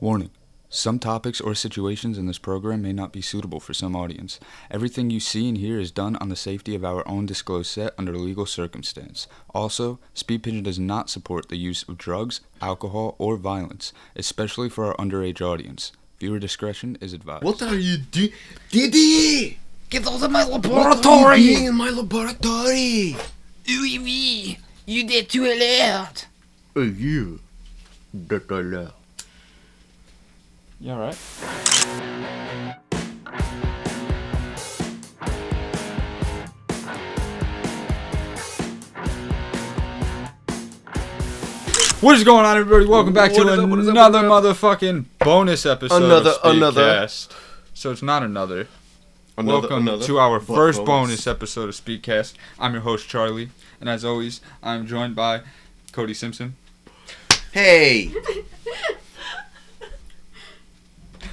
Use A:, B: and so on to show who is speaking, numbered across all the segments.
A: Warning Some topics or situations in this program may not be suitable for some audience. Everything you see and hear is done on the safety of our own disclosed set under legal circumstance. Also, Speed Pigeon does not support the use of drugs, alcohol, or violence, especially for our underage audience. Viewer discretion is advised.
B: What are you doing? Diddy! Get out of my
A: laboratory!
B: laboratory! in my laboratory!
C: Oui, oui, you did too alert.
B: Oh, you. Doctor
A: Yeah, right. What is going on, everybody? Welcome back
B: What
A: to
B: is up, what is up,
A: another
B: what
A: motherfucking bonus episode.
B: Another-
A: of
B: another.
A: Speedcast. So it's not another. Welcome to our first bonus episode of Speedcast. I'm your host Charlie, and as always, I'm joined by Cody Simpson.
B: Hey!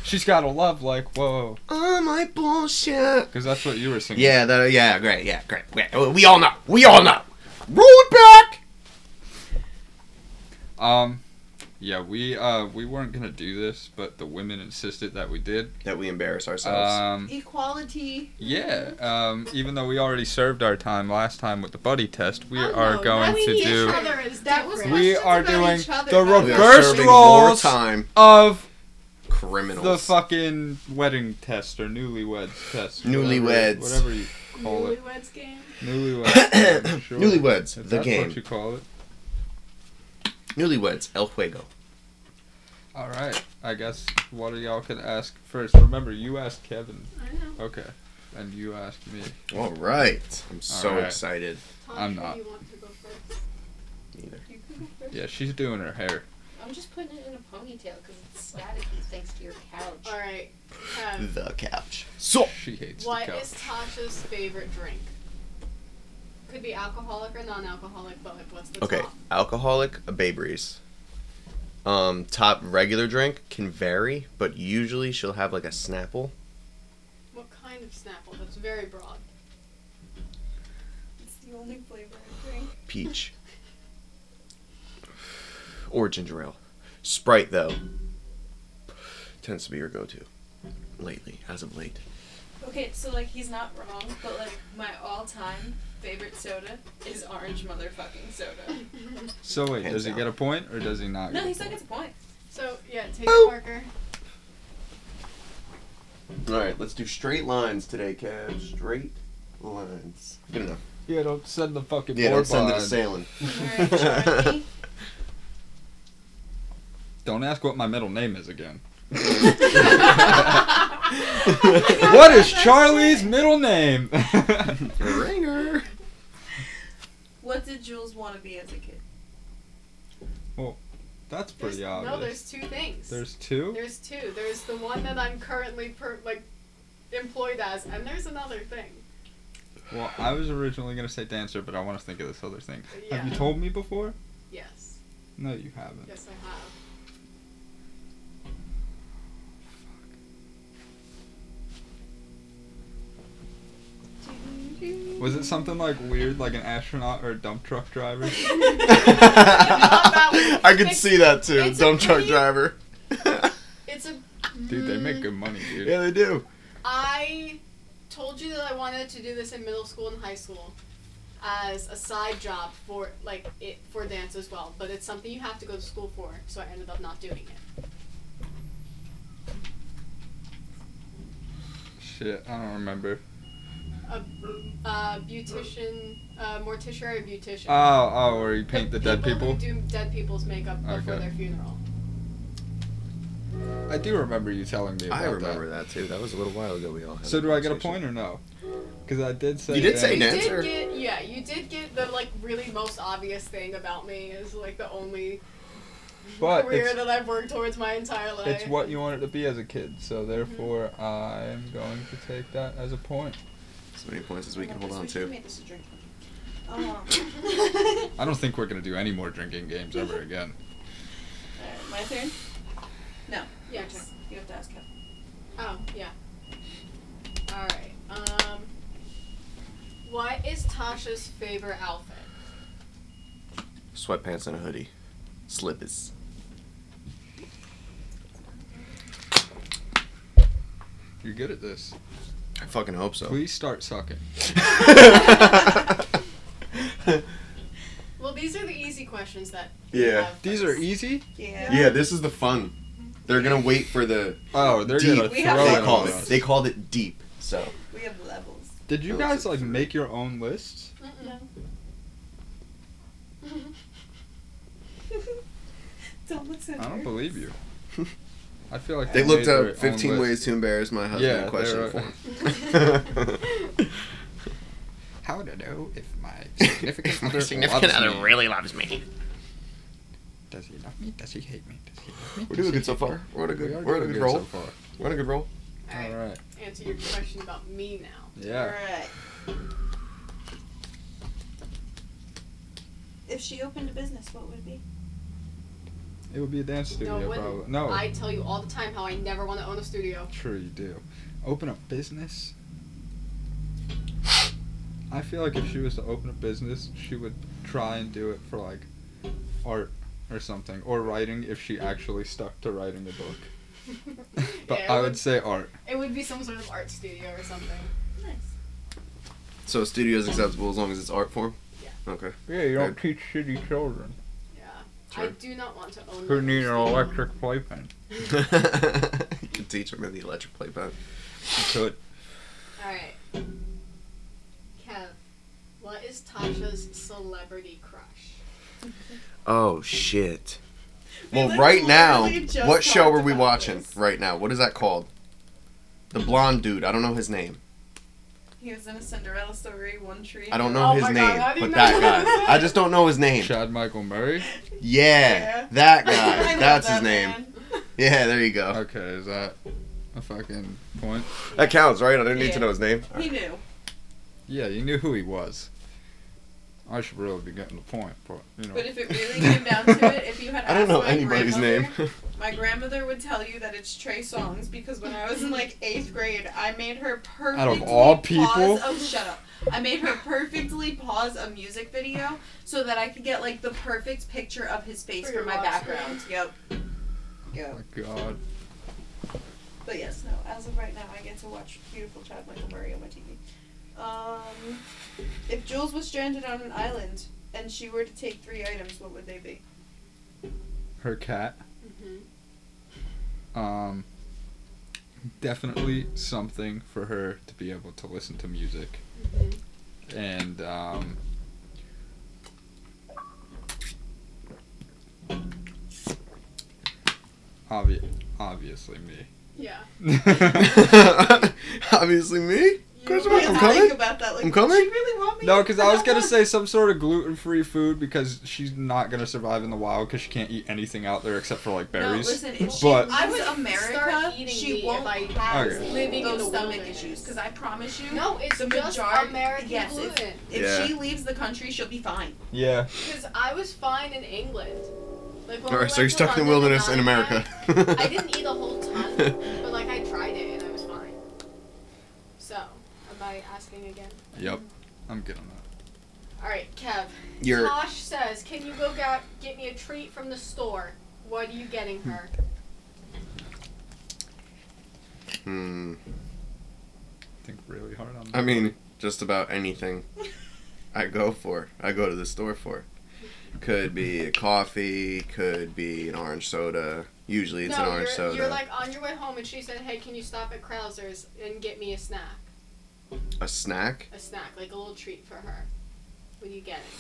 A: She's got a love like whoa,
B: Oh, my bullshit!
A: because that's what you were singing.
B: Yeah, that, yeah, great, yeah, great, great. We all know. We all know. Roll it back!
A: Um, yeah, we uh we weren't gonna do this, but the women insisted that we did.
B: That we embarrass ourselves.
A: Um,
C: Equality.
A: yeah. Um, even though we already served our time last time with the buddy test, we
D: Oh,
A: are
D: no,
A: going
D: that's
A: to
D: each
A: do
D: other is
C: That was
D: different.
A: We
C: questions
A: are
C: about
A: doing
C: each other,
A: the
C: not
B: we
A: reverse-
C: about-
B: are
A: Uh, first
B: serving
A: rolls-
B: more time.
A: of
B: Criminals.
A: the fucking wedding test or newlyweds test,
B: Newlyweds.
A: whatever, whatever you call it,
D: Newlyweds game.
A: newlyweds, sure.
B: Newlyweds,
A: If
B: the
A: that's
B: game.
A: what you call it.
B: Newlyweds, El Juego.
A: All right, I guess one of y'all can ask first. Remember, you asked Kevin.
D: I know.
A: Okay, and you asked me.
B: All right. I'm so
A: right.
B: excited.
D: Tasha,
A: I'm not.
D: You want to go first?
B: Neither.
D: You can go first.
A: Yeah, she's doing her hair.
C: I'm just putting it in a ponytail because it's staticky thanks to your couch.
D: All right. Um,
B: The couch. So.
A: She hates the
D: what
A: couch.
D: is Tasha's favorite drink? Could be alcoholic or non-alcoholic, but like, what's the
B: Okay,
D: top?
B: alcoholic, a Babe Ruth. Um, top regular drink can vary, but usually she'll have like a Snapple.
D: What kind of Snapple? That's very broad. It's the only flavor I drink.
B: peach or ginger ale. Sprite though tends to be your go-to lately, as of late.
E: Okay, so like he's not wrong, but like my all-time favorite soda is orange motherfucking soda.
A: So wait,
B: Hands
A: does he
B: down.
A: get a point or does he not? get
E: No,
A: a
E: he
A: point?
E: still gets a point.
D: So yeah, take
B: Boop.
D: Parker.
B: All right, let's do straight lines today, Kev. Straight lines. Good enough.
A: Yeah, don't send the fucking
B: Yeah,
A: board
B: don't send it to
A: behind.
B: Sailing.
D: All right, Charlie.
A: Don't ask what my middle name is again. what is Charlie's middle name?
B: Ringer.
E: What did Jules want to be as a kid?
A: That's
D: There's,
A: pretty obvious.
D: no, there's two things.
A: There's two.
D: There's two. There's the one that I'm currently per, like employed as, and there's another thing.
A: Well, I was originally gonna say dancer, but I want to think of this other thing.
D: Yeah.
A: Have you told me before?
D: Yes.
A: No, you haven't.
D: Yes, I have.
A: Was it something like weird, like an astronaut or a dump truck driver?
D: that
B: I could
D: It's-
B: see that too.
D: it's a
B: Dump truck
D: pretty-
B: driver.
D: It's a. Mm,
A: dude, they make good money, dude.
B: yeah, they do.
D: I told you that I wanted to do this in middle school and high school as a side job for like it for dance as well, but it's something you have to go to school for, so I ended up not doing it.
A: Shit, I don't remember.
D: A uh, beautician, uh, mortician, or beautician.
A: Oh, oh, where you paint the dead
D: people.
A: people.
D: Who do dead people's makeup before
A: Okay.
D: their funeral.
A: I do remember you telling me about
B: I
A: that.
B: remember that. too. That was a little while ago. We all. Had
A: So
B: that
A: do I get a
B: conversation.
A: point or no? Because I did say
B: You did say
A: that-
B: An
D: you
B: answer?
D: did get yeah, you did get the like really most obvious thing about me is like the only
A: but
D: career
A: it's,
D: that I've worked towards my entire life.
A: it's what you wanted to be as a kid. So therefore, I'm going to take that as a point.
B: So many points as we can hold on
E: should
B: to.
E: make this a drink. Oh,
A: I don't think we're gonna do any more drinking games ever again.
E: Alright, my turn.
D: Yes.
E: You have to ask him.
D: Oh yeah. All right. Um, what is Tasha's favorite outfit?
B: Sweatpants and a hoodie, slippers.
A: You're good at this.
B: I fucking hope so.
A: Please start sucking.
D: Well, these are the easy questions that. we
B: yeah.
D: have,
A: These
D: but
A: are
D: it's-
A: easy.
E: Yeah.
B: Yeah, this is the fun. They're gonna wait for the
A: Oh, they're
B: deep.
A: gonna
E: We
A: throw
E: have
A: it
B: they
E: to-
A: on
B: called it.
A: us.
B: They called it deep. So
E: We have levels.
A: Did you
B: Oh,
A: guys
B: it's
A: like
B: a-
A: make your own lists?
D: Mm-mm.
E: don't look so
A: I don't
E: nervous.
A: believe you. I feel like
B: they looked
A: made
B: up
A: their own
B: 15
A: list.
B: ways to embarrass my
A: Yeah,
B: husband.
A: they
B: question
A: were-
B: form.
A: How to know if my
B: If
A: significant
B: my
A: other
B: significant
A: loves
B: other
A: me.
B: really loves me.
A: Does he love me? Does he hate me? Does he love me?
B: We're
A: Does
B: doing
A: he
B: good so
A: hate me?
B: far. We're on a
A: We
B: good.
A: are
B: We're on a
A: doing
B: good roll.
A: so far.
B: We're on a good roll.
D: Alright,
A: All right.
D: Answer your question about me now.
A: Yeah.
E: Alright. If she opened a business, what would it be?
A: It would be a dance studio,
D: no, it
A: probably.
D: wouldn't.
A: No.
D: I tell you all the time how I never want to own a studio.
A: Sure you do. Open a business. I feel like if she was to open a business, she would try and do it for like art or something, or writing if she actually stuck to writing a book. but
D: Yeah,
A: I
D: it
A: would say art.
D: It would be some sort of art studio or something.
E: Nice.
B: So a studio is acceptable as long as it's art form.
D: Yeah.
B: Okay.
A: Yeah, you
B: don't
A: don't teach shitty children
D: Yeah. I
B: Sure.
D: do not want to own.
A: who
D: my
A: need an
D: own studio.
A: electric playpen.
B: you could teach him in the electric play band.
A: Could.
D: Alright. Kev, what is Tasha's celebrity crush?
B: Oh shit.
E: We
B: Well,
E: like
B: right now,
E: literally just
B: what show
E: talked
B: are we
E: about
B: watching
E: this.
B: right now? What is that called? The blonde dude. I don't know his name.
E: He was in a Cinderella story, One Tree.
B: I don't
D: Oh
B: know his
D: my God,
B: name,
D: how do you
B: but
D: know
B: that
D: that?
B: guy. I just don't know his name.
A: Chad Michael Murray.
B: Yeah,
E: Yeah.
B: that
E: I
B: guy.
E: know
B: That's his
E: that
B: name.
E: man.
B: Yeah, there you go.
A: Okay, is that a fucking point?
B: That counts, right? I didn't need
E: Yeah.
B: to know his name.
E: He knew.
A: Yeah, you knew who he was. I should really be getting the point, but you know.
E: But if it really came down to it, if you had
B: I don't
E: asked
B: know
E: my
B: anybody's
E: grandmother-
B: name.
E: My grandmother would tell you that it's Trey Songs because when I was in like eighth grade, I made her perfectly
A: all people?
E: pause. Oh, shut up! I made her perfectly pause a music video so that I could get like the perfect picture of his face
D: For
E: for,
D: your
E: my
D: lobster.
E: background. Yep.
A: oh
E: Yep.
A: my god.
E: But yes, no. As of right now, I get to watch beautiful Chad Michael Murray on my TV. Um, if Jules was stranded on an island and she were to take three items, what would they be?
A: Her cat.
D: Mm-hmm.
A: Um, definitely something for her to be able to listen to music
D: Mm-hmm.
A: and um, obvi- obviously me.
D: Yeah.
B: Obviously, me. Chris,
E: You really
B: I'm
E: have to
B: coming.
E: Think about that. Like,
B: I'm coming.
E: Does she really want me?
A: no, because I was gonna
E: not?
A: say some sort of gluten-free food because she's not gonna survive in the wild because she can't eat anything out there except for like berries.
E: No, listen, if she
A: But-
E: I was
D: Start
E: America,
D: eating
E: she
D: meat
E: won't
D: if I
E: have
A: Okay.
D: living in
E: those
D: the
E: stomach
D: wilderness.
E: issues because I promise you,
D: No, it's
E: the
D: just
E: majority.
D: American
E: yes, if-
D: gluten.
E: If,
B: Yeah.
E: she leaves the country, she'll be fine.
A: yeah.
D: Because I was fine in England. Like, when
B: All
D: we
B: right, so you're
D: went to
B: stuck in the
D: London and
B: wilderness in
D: I
B: America.
D: had- I didn't eat a whole ton, but like I tried it and I was fine. So, am I asking again?
A: Yep. I'm good on
D: All right, Kev.
B: You're
D: Tosh says, "Can you go get get me a treat from the store? What are you getting her?"
B: Hmm.
A: that. Think really hard on that.
B: I mean, just about anything I go for, I go to the store for. Could be a coffee, could be an orange soda. Usually it's
D: no,
B: an orange
D: you're,
B: soda.
D: you're like on your way home, and she said, "Hey, can you stop at Krauser's and get me a snack?
B: a snack?
D: A snack, like a little treat for her." What are you getting?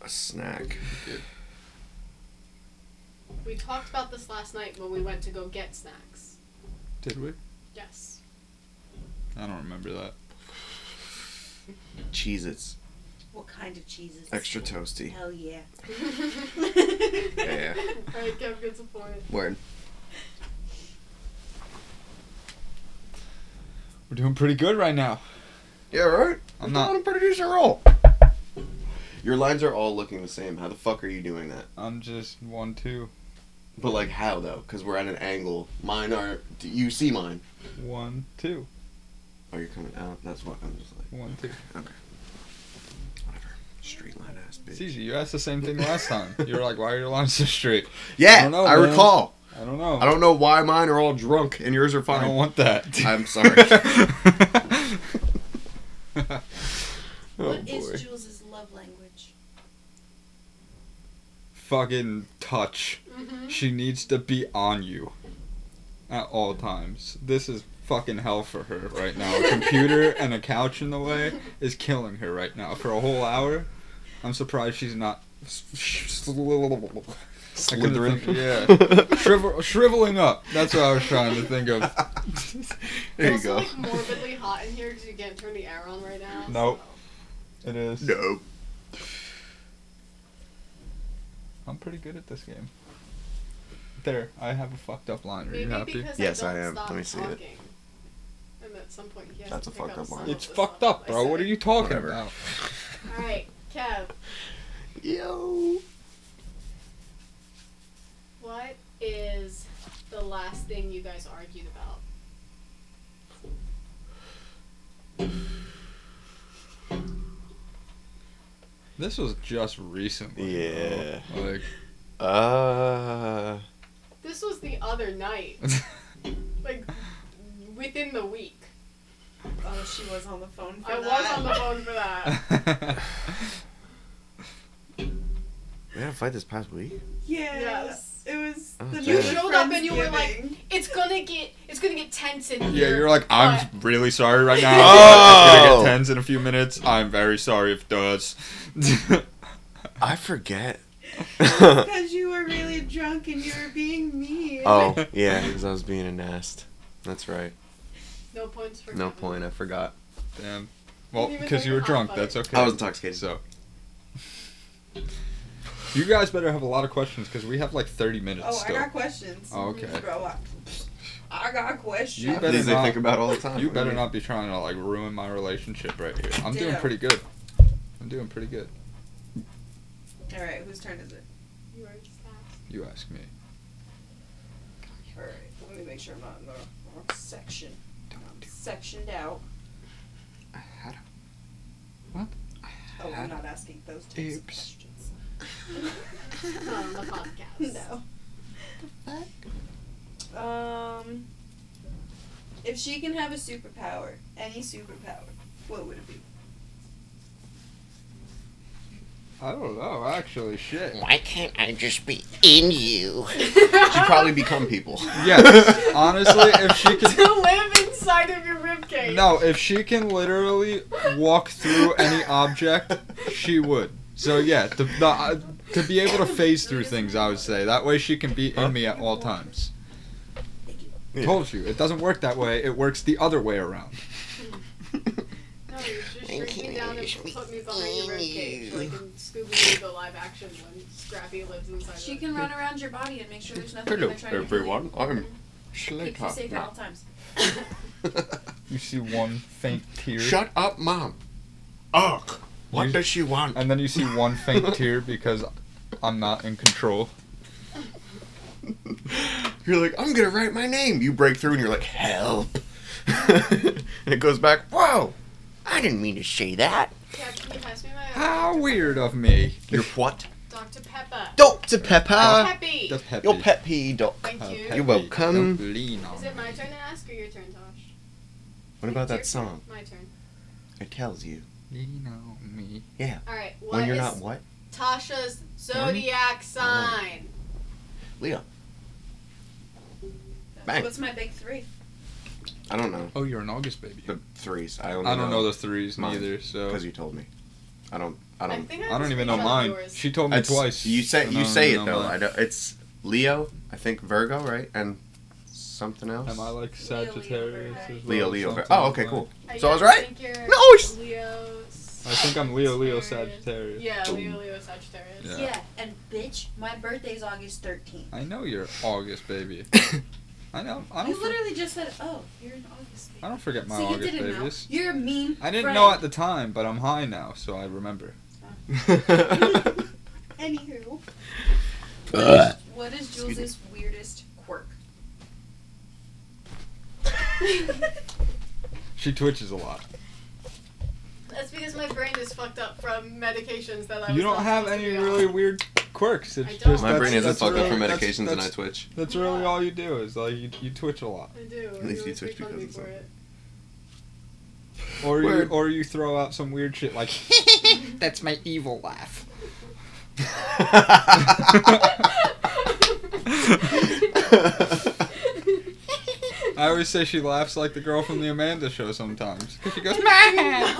B: A snack.
D: We talked about this last night when we went to go get snacks.
A: Did we?
D: Yes.
A: I don't remember that.
B: Cheez Its.
E: What kind of cheeses?
B: Extra toasty.
E: Hell yeah.
D: All
B: Yeah, yeah.
D: right, Kev gets a point.
B: Word.
A: We're doing pretty good right now.
B: Yeah, right?
A: I'm
B: You're
A: not-
B: doing a producer role. Your lines are all looking the same. How the fuck are you doing that?
A: I'm just one two
B: But like how though? Because we're at an angle. Mine are. Do you see mine?
A: one two
B: Oh, you're coming out. That's what I'm just like.
A: one two.
B: Whatever. Street line ass
A: It's
B: bitch.
A: easy. You asked the same thing last time. You were like, "Why are your lines so straight?"
B: Yeah,
A: I don't know,
B: I
A: man.
B: recall.
A: I I don't know.
B: I don't know why mine are all drunk and yours are
A: I don't
B: fine.
A: want that.
B: I'm sorry. oh
E: What is
B: boy.
E: Jules's love language?
A: Fucking touch.
D: Mm-hmm.
A: She needs to be on you at all times. This is fucking hell for her right now. A computer and a couch in the way is killing her right now for a whole hour. I'm surprised she's not s- sh- sl- I couldn't
B: Slytherin.
A: think- Yeah. Shrivel- shriveling up. That's what I was trying to think of.
B: there you
D: also,
B: go.
D: like morbidly hot in here because you can't turn the air on right now.
A: Nope. It is.
B: no.
A: I'm pretty good at this game. There, I have a fucked up line. Are
D: Maybe
A: you happy?
D: because
B: Yes,
D: I,
B: I
D: don't
B: am.
D: Stop
B: Let me see it.
D: talking. And at some point, he has
B: That's
D: to
B: a
D: pick
B: fucked
D: up
B: up
D: some
B: line.
D: of
A: It's
D: the
A: fucked
D: stuff
A: up,
D: I
A: bro. What are
D: said.
A: you talking
B: Whatever.
A: about?
D: All right, Kev.
B: Yo.
D: What is the last thing you guys argued about?
A: This was just recently.
B: Yeah.
A: Bro. Like.
B: Uh.
D: This was the other night, like within the week.
E: Oh, she was on the phone for
D: I
E: that.
D: was on the phone for that.
B: We had a fight this past week.
E: Yes. It was
B: Oh,
E: the
B: damn.
E: night
B: You
E: of
D: showed up and you were like-
E: Friendsgiving.
D: It's gonna get. It's gonna get tense in here.
A: yeah, you're like, I'm really sorry right now.
B: Oh!
A: I'm gonna get tens in a few minutes. I'm very sorry if it does.
B: I forget.
E: Because you were really drunk and you were being mean.
B: oh yeah, because I was being a nest. That's right.
D: No points for
B: No
D: Kevin.
B: point. I forgot.
A: Damn. Well,
D: Even though
A: because you were
D: you're not
A: drunk,
D: funny.
A: that's okay.
B: I was intoxicated.
A: So. You guys better have a lot of questions because we have like 30 minutes
E: Oh, I
A: still.
E: got questions.
A: Oh, okay.
E: Bro, I, I got questions.
A: You better
B: These I
A: not-
B: think about all the time.
A: You
B: What do
A: better
B: mean?
A: not be trying to like ruin my relationship right here. I'm doing
E: Ditto.
A: pretty good. I'm doing pretty good.
E: All right, whose turn is it?
D: You already stopped.
A: You ask me.
E: All right, let me make sure I'm not in the wrong section. I'm sectioned out.
B: I had a-
E: Oh,
B: Had-
E: I'm not asking those types of
B: Oops.
E: questions.
D: Not on the podcast.
E: No. Um, if she can have a superpower, any superpower, what would it be?
A: I don't know, actually. Shit.
C: Why can't I just be in you?
B: She'd probably become people.
A: Yes. Honestly, if she could.
D: to live inside of your ribcage.
A: No, if she can literally walk through any object, she would. So yeah, to, the, uh, to be able to phase through things, I would say that way she can be
B: Huh?
A: in me at all times. Told you, it doesn't work that way. It works the other way around.
D: No, you just
C: Thank
D: shrink me
C: you.
D: down and
C: Should we
D: put me behind your ribcage,
C: eat you?
D: like in Scooby Doo the live action when Scrappy lives inside.
E: She
D: of-
E: can run around your body and make sure there's nothing
A: Hello,
E: there trying to kill you.
B: I'm
E: Keeps you safe at all times.
A: You see one faint tear,
B: up, mom. Ugh.
A: You-
B: she want?
A: and then you see one faint tear because I'm not in control.
B: You're like, I'm gonna write my name. You break through and you're like, help. and it goes back, whoa.
C: I didn't mean to say that.
D: Yeah, can you pass me my
A: How weird of me.
B: Your what?
D: Dr. Pepper?
B: Dr. Pepper.
D: Peppy.
A: That's happy.
B: Your pet pee, Doc.
D: Thank you.
B: You're welcome.
A: Don't lean on
D: Is it my turn to ask or your turn, Tosh?
B: What about that
D: Your turn.
B: song?
D: My turn.
B: It tells you.
A: me. Lean on me.
D: All right. What
B: When you're
D: is
B: not what?
D: Tasha's zodiac sign?
B: Bang.
E: What's my big three?
B: I don't know.
A: Oh, you're an August baby.
B: The threes. I don't know.
A: I don't know the threes
B: Mine.
A: neither, so
B: Because you told me. I don't. I don't.
D: think
A: I don't
D: just
A: even know
D: picked up
A: mine.
D: yours.
A: She told me
B: It's-
A: twice.
B: You say
A: and I
B: you
A: don't
B: say
A: even
B: it
A: know
B: though.
A: mine.
B: I don't, it's Leo. I think Virgo, right? And something else.
A: Am I like
E: Leo, Leo,
A: Sagittarius?
E: Virgo.
A: as well,
B: Leo, Leo. Vir-
A: something
B: oh, okay,
A: like-
B: cool.
D: I
B: So I was
D: guess
B: right?
D: think you're
B: No, it's-
D: Leo.
A: I think I'm Leo, Leo,
D: Sagittarius.
A: Sagittarius.
D: Yeah, Leo, Leo, Sagittarius.
A: Yeah.
E: and bitch, my birthday's August 13th.
A: I know you're August baby. I know. I don't.
E: You
A: For-
E: literally just said, "Oh, you're an August baby."
A: I don't forget my
E: so you
A: August
E: didn't
A: babies.
E: know. You're a mean.
A: I didn't
E: friend.
A: know at the time, but I'm high now, so I remember.
E: Anywho, what is
B: Excuse
E: Jules' weirdest quirk?
A: She twitches a lot.
D: That's because my brain is fucked up from medications that I.
A: You
D: was
A: don't
D: not
A: have
D: supposed to
A: any
D: be on.
A: really weird quirks. It's
D: I don't.
A: just
B: My
A: that's-
B: brain isn't
A: that's
B: fucked up
A: really-
B: from
A: that's-
B: medications and I
A: that's-
B: twitch.
A: That's really all you do is like you, you twitch a lot,
D: I do.
B: At least
D: you
B: you switched
D: make fun of
B: because
D: me
B: of
D: for
B: something.
D: it.
A: or you
B: Word.
A: or you throw out some weird shit like
C: That's my evil laugh.
A: I always say she laughs like the girl from the Amanda Show sometimes 'cause she goes
B: That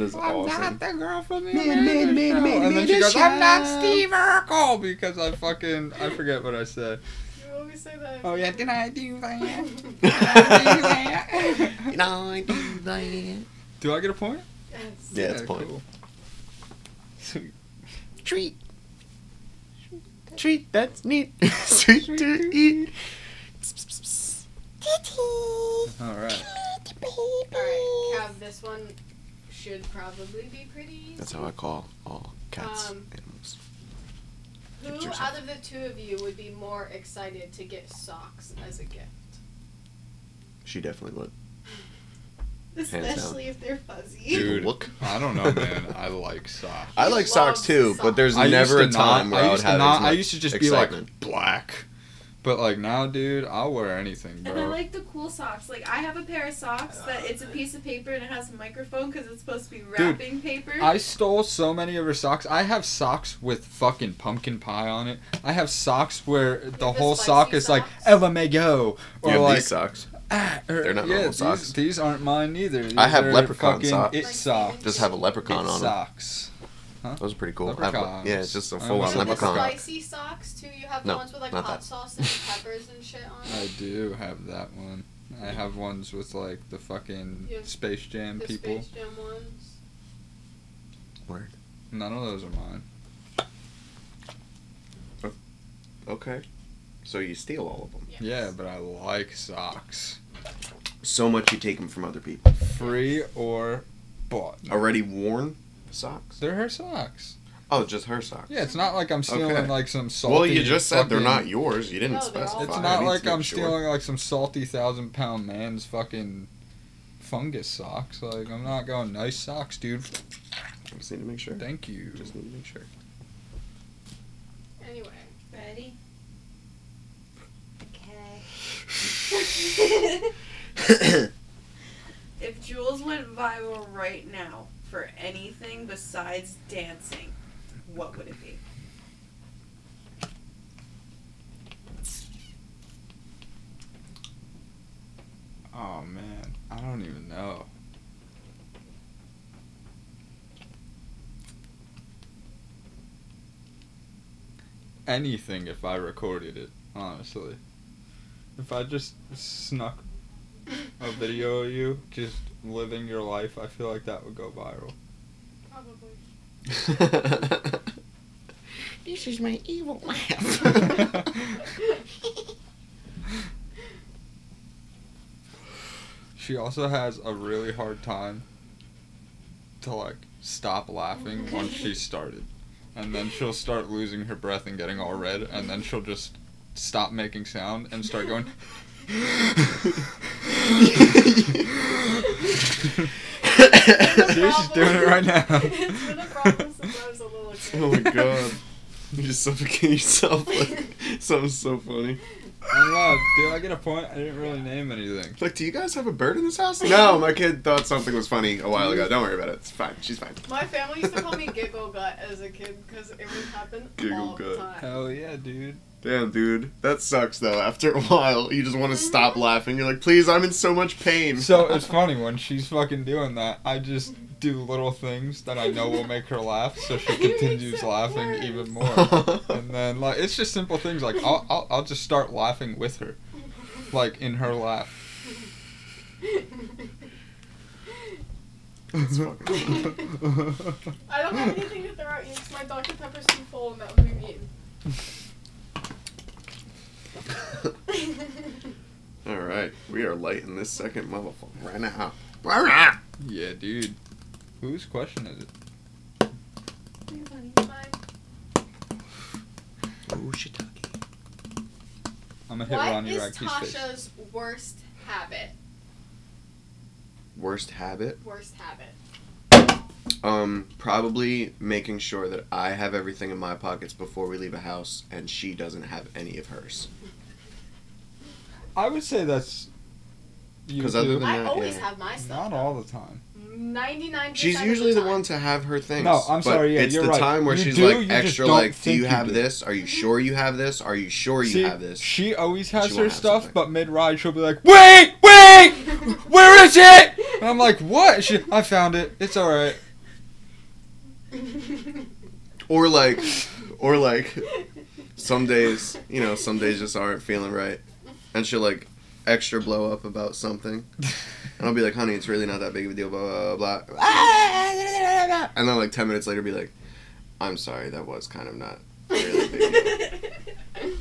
B: is awesome.
A: the girl from the Amanda Show, and then she goes I'm not Steve Urkel because I fucking I forget what I said.
D: You always say that.
A: Oh yeah, did I do that?
C: Did I do that?
A: do I get a point?
D: Yes.
B: Yeah, it's a point.
A: Sweet.
C: Treat. Treat, that's neat. Sweet to eat.
A: All right.
D: Alright, Cav, this one should probably be pretty.
B: That's how I call all cats
D: Um,
B: animals.
D: Who
B: pictures.
D: out of the two of you would be more excited to get socks as a gift?
B: She definitely would. down.
E: Especially if they're fuzzy.
A: Dude,
B: Look.
A: I don't know, man I like socks.
B: I
D: He
B: like socks
D: loves
B: too,
D: socks.
B: but there's
A: I
B: never a
A: used to not-
B: time where
A: I
B: I, would
A: used to
B: have.
A: not-
B: as
A: I
B: much
A: used to just
B: excitement.
A: be like black, but like now, dude, I'll wear anything,
E: And I
A: bro. Uh,
E: like the cool socks. Like I have a pair of socks that it's a piece of paper and it has a microphone because it's supposed to be wrapping paper.
A: I stole so many of her socks. I have socks with fucking pumpkin pie on it. I have socks where the
D: have the
A: whole
D: spicy
A: sock is like
D: socks?
A: LMAO
B: You
A: or
B: have
A: like
B: these socks.
A: ah, or-
B: They're not
A: yeah,
B: normal
A: these,
B: socks.
A: These aren't mine either. These
B: I have
A: are
B: leprechaun
A: fucking
B: socks.
A: It
D: Like
A: socks.
B: Just have a leprechaun
A: it
B: on them.
A: socks.
B: Those are pretty cool. I have le- yeah, it's just a
A: Leprechauns.
B: full on
A: I'm not
D: So the
A: a
B: leprechaun.
A: cock.
D: spicy socks too. You have the
B: No,
D: ones with like
B: not
D: hot
B: that.
D: sauce and peppers and shit on.
A: I
D: it.
A: do have that one. I have ones with like the fucking
D: You have
A: Space Jam
D: the
A: people.
D: Space Jam ones.
A: None of those are mine.
B: Okay. So you steal all of them.
D: Yes.
A: Yeah, but I like socks.
B: So much you take them from other people.
A: Free or bought.
B: Already worn socks.
A: They're her socks.
B: Oh, just her socks.
A: Yeah, it's not like I'm stealing
B: Okay.
A: like some salty.
B: Well, you just said they're
A: fucking-
B: not yours. You didn't
D: No, they're all
B: specify.
A: It's
D: Fine,
B: I
A: not
B: need to
A: like
B: make
A: I'm
B: sure.
A: stealing like some salty thousand pound man's fucking fungus socks. Like I'm not going nice socks, dude.
B: I just need to make sure.
A: Thank you.
B: Just need to make sure.
D: Anyway,
E: Ready? Okay. if Jules went viral right now for anything besides dancing, what would it be?
A: Oh man, I don't even know. Anything if I recorded it, honestly. If I just snuck a video of you just living your life, I feel like that would go viral.
D: probably.
C: This is my evil laugh.
A: laugh. She also has a really hard time to like stop laughing once she started. And then she'll start losing her breath and getting all red, and then she'll just stop making sound and start going.
D: It's been a
A: She's doing it right now.
D: it's been a problem since I was a little kid.
B: oh my god. You just suffocate yourself. Like, sounds so funny.
A: I don't know. Do I get a point? I didn't really name anything.
B: Like, do you guys have a bird in this house? No, my kid thought something was funny a while ago. Don't worry about it. It's fine. She's fine.
D: My family used to call me Giggle Gut as a kid because it would happen
B: Giggle
D: all the
B: Gut.
D: time.
A: Hell yeah, dude.
B: Damn, dude. That sucks, though. After a while, you just want to stop laughing. You're like, please, I'm in so much pain.
A: So it's funny when she's fucking doing that. I just do little things that I know will make her laugh, so she
D: It makes
A: continues
D: it
A: laughing
D: worse.
A: even more. and then like it's just simple things like I'll, I'll I'll just start laughing with her, like in her laugh.
B: It's fucking-
D: I don't have anything to throw at you because my Dr. Pepper's too full and that would be mean.
B: All right, we are lighting this second motherfucker right now. Right now.
A: yeah, dude. Whose question is it?
D: Mine.
B: Oh, shiitake.
A: I'm gonna hit
D: What
A: Ronnie
D: is
A: Raggy's face.
D: Tasha's worst habit?
B: Worst habit?
D: Worst habit.
B: Um, probably making sure that I have everything in my pockets before we leave a house, and she doesn't have any of hers.
A: I would say that's. you
B: 'Cause other
A: do.
B: than
D: I
B: that,
D: always
B: yeah.
D: have my stuff.
A: Not all the time.
D: Ninety nine.
B: She's usually the one to have her things.
A: No, I'm
B: but
A: sorry, yeah,
B: it's
A: you're
B: the
A: right.
B: time where
A: You
B: she's
A: do, you
B: like
A: just
B: extra,
A: don't
B: like, do
A: think
B: you
A: you
B: have
A: do."
B: this? Are you sure you have this? Are you sure you
A: See,
B: have this?
A: She always has
B: She
A: her
B: won't have
A: stuff,
B: something.
A: but mid ride she'll be like, "Wait, wait, where is it?" And I'm like, "What?" She, I found it. It's all right.
B: Or like, or like, some days, you know, some days just aren't feeling right, and she'll like extra blow up about something, and I'll be like, "Honey, it's really not that big of a deal." Blah blah blah. blah.
A: Ah!
B: And then like ten minutes later, be like, "I'm sorry, that was kind of not really a big." deal."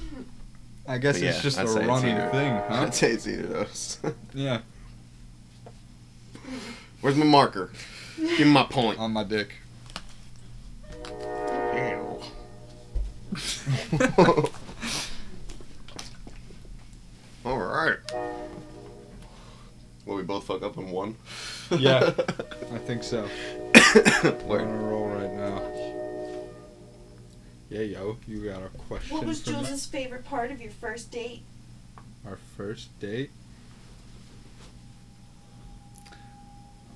A: I guess
B: But
A: it's
B: yeah,
A: just
B: I'd
A: a
B: say it's
A: running
B: either.
A: thing, huh?
B: I'd say it's either of those.
A: Yeah,
B: Where's my marker? Give me my point.
A: on my dick.
B: Ew.
A: Oh.
B: All right. Well, we both fuck up in one.
A: Yeah. I think so. We're on
B: Word.
A: a roll right now. Yeah, yo, you got a question
E: What was
A: for me?
E: Jules' favorite part of your first date?
A: Our first date?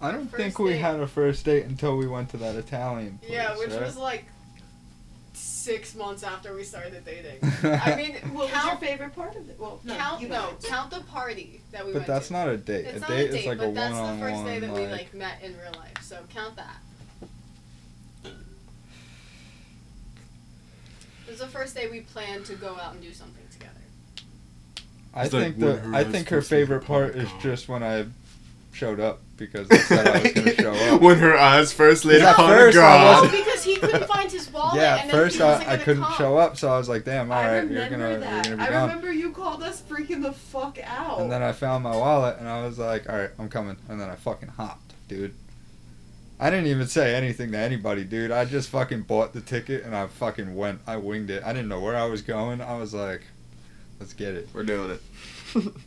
A: I don't think
D: first
A: we
D: date.
A: had a first date until we went to that Italian place.
D: Yeah, which
A: right?
D: was like six months after we started dating. I mean,
E: What was your
D: count,
E: favorite part of it? Well, no,
D: count
E: you
D: no,
E: went.
D: count the party that we
A: But
D: went
A: that's
D: to.
A: not a date.
D: It's
A: a
D: not
A: date
D: a date,
A: is like
D: but
A: a one
D: that's
A: on
D: the first day that we
A: one.
D: like met in real life. So count that. It was the first day we planned to go out and do something together.
A: I
F: It's like
A: think
F: when
A: the
F: her
A: I think her
F: husband's leaving
A: favorite part is
F: Pompeii.
A: just when I showed up because they said I was gonna show up.
B: when her eyes first Oh, lit
A: At
B: upon
A: first, I
B: God.
D: Well, Oh, because he couldn't find his wallet.
A: Uh, yeah,
D: and
A: at
D: then
A: first uh,
D: he wasn't
A: I, I
D: gonna
A: couldn't
D: come.
A: show up, so I was like, "Damn, all
E: I
A: right,
E: remember
A: you're gonna
E: that.
A: you're gonna be
E: I
A: gone."
E: remember you called us freaking the fuck out.
A: And then I found my wallet, and I was like, "All right, I'm coming." And then I fucking hopped, dude. I didn't even say anything to anybody, dude. I just fucking bought the ticket and I fucking went. I winged it. I didn't know where I was going. I was like, "Let's get it."
B: We're doing it.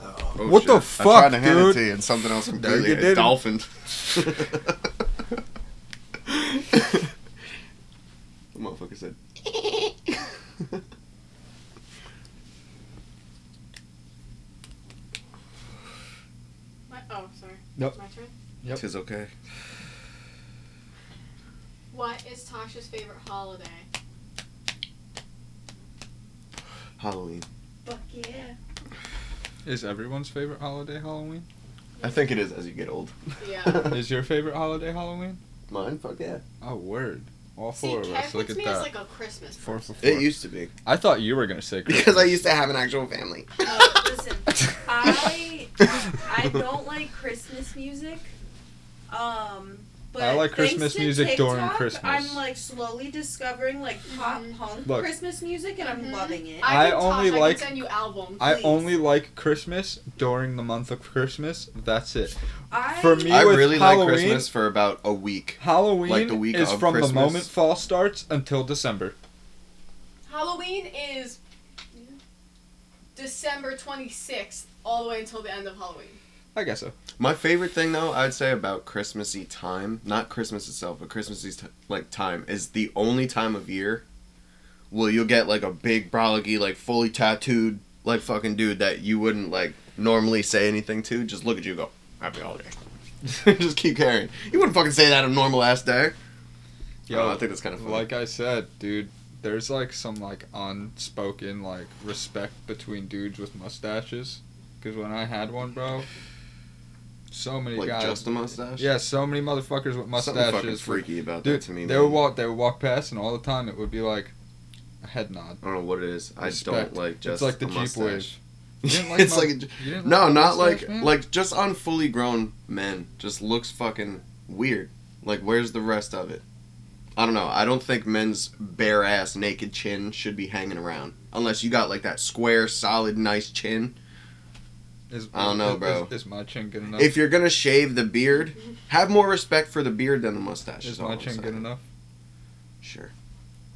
B: Oh,
A: What the fuck,
B: I tried to hand it
A: dude?
B: to you, and something else
A: No, you
B: completely.
A: didn't.
B: It's dolphin. the motherfucker said.
D: My, oh, sorry.
A: Nope.
D: My turn.
A: Yep.
B: Tis okay.
D: What is Tasha's favorite holiday?
B: Halloween.
E: Fuck yeah.
A: Is everyone's favorite holiday Halloween?
B: I think it is as you get old.
D: Yeah.
A: Is your favorite holiday Halloween?
B: Mine? Fuck yeah.
A: Oh, word! All
D: See,
A: four of
D: Kev
A: us. Look
D: looks
A: at
D: me
A: that.
D: as like a Christmas
A: four
D: person.
A: for four.
B: It used to be.
A: I thought you were gonna say
B: Because I used to have an actual family.
E: Oh, listen, I I don't like Christmas music. Um, but
A: I like
E: thanks
A: Christmas
E: to
A: music during
E: TikTok,
A: Christmas.
E: I'm like slowly discovering like pop
D: Mhm.
E: punk
A: Look.
E: Christmas music, and I'm
D: Mhm.
E: loving it.
A: I
D: can-
A: only
D: Tasha,
A: like-
D: I can send you albums.
A: I
E: Please.
A: only like Christmas during the month of Christmas. That's it.
E: I,
A: For me,
B: I
A: with
B: really
A: Halloween,
B: like Christmas for about a week.
A: Halloween
B: Like the week
A: is
B: of
A: from
B: Christmas.
A: the moment fall starts until December.
D: Halloween is December 26th, all the way until the end of Halloween.
A: I
B: Oh,
A: guess so.
B: My favorite thing, though, I'd say about Christmassy time, not Christmas itself, but Christmassy t- like time, is the only time of year where you'll get like a big brolicky, like fully tattooed, like fucking dude that you wouldn't like normally say anything to. Just look at you, and go happy holiday. just keep carrying. You wouldn't fucking say that on a normal ass day. Yeah, I think that's kind of funny.
A: Like I said, dude, there's like some like unspoken like respect between dudes with mustaches. Because when I had one, bro, so many
B: like
A: guys.
B: just a mustache.
A: uh, yeah, so many motherfuckers with
B: Something fucking
A: mustaches.
B: freaky about
A: Dude,
B: that to me.
A: they
B: man.
A: would walk. They would walk past, and all the time it would be like a head nod.
B: I don't know what it is. I
A: Respect.
B: don't like
A: it's
B: just
A: like the
B: a
A: Jeep
B: mustache.
A: wave. You didn't like
B: it's
A: my-
B: like a,
A: You didn't
B: no,
A: my mustache,
B: not like
A: man?
B: like just on fully grown men. Just looks fucking weird. Like where's the rest of it? I don't know. I don't think men's bare ass naked chin should be hanging around unless you got like that square, solid, nice chin.
A: Is,
B: I don't know,
A: is-
B: bro.
A: Is, is my chin good enough?
B: If you're gonna shave the beard, have more respect for the beard than the mustache.
A: is
B: all
A: my
B: I'm
A: chin good
B: saying.
A: enough?
B: Sure.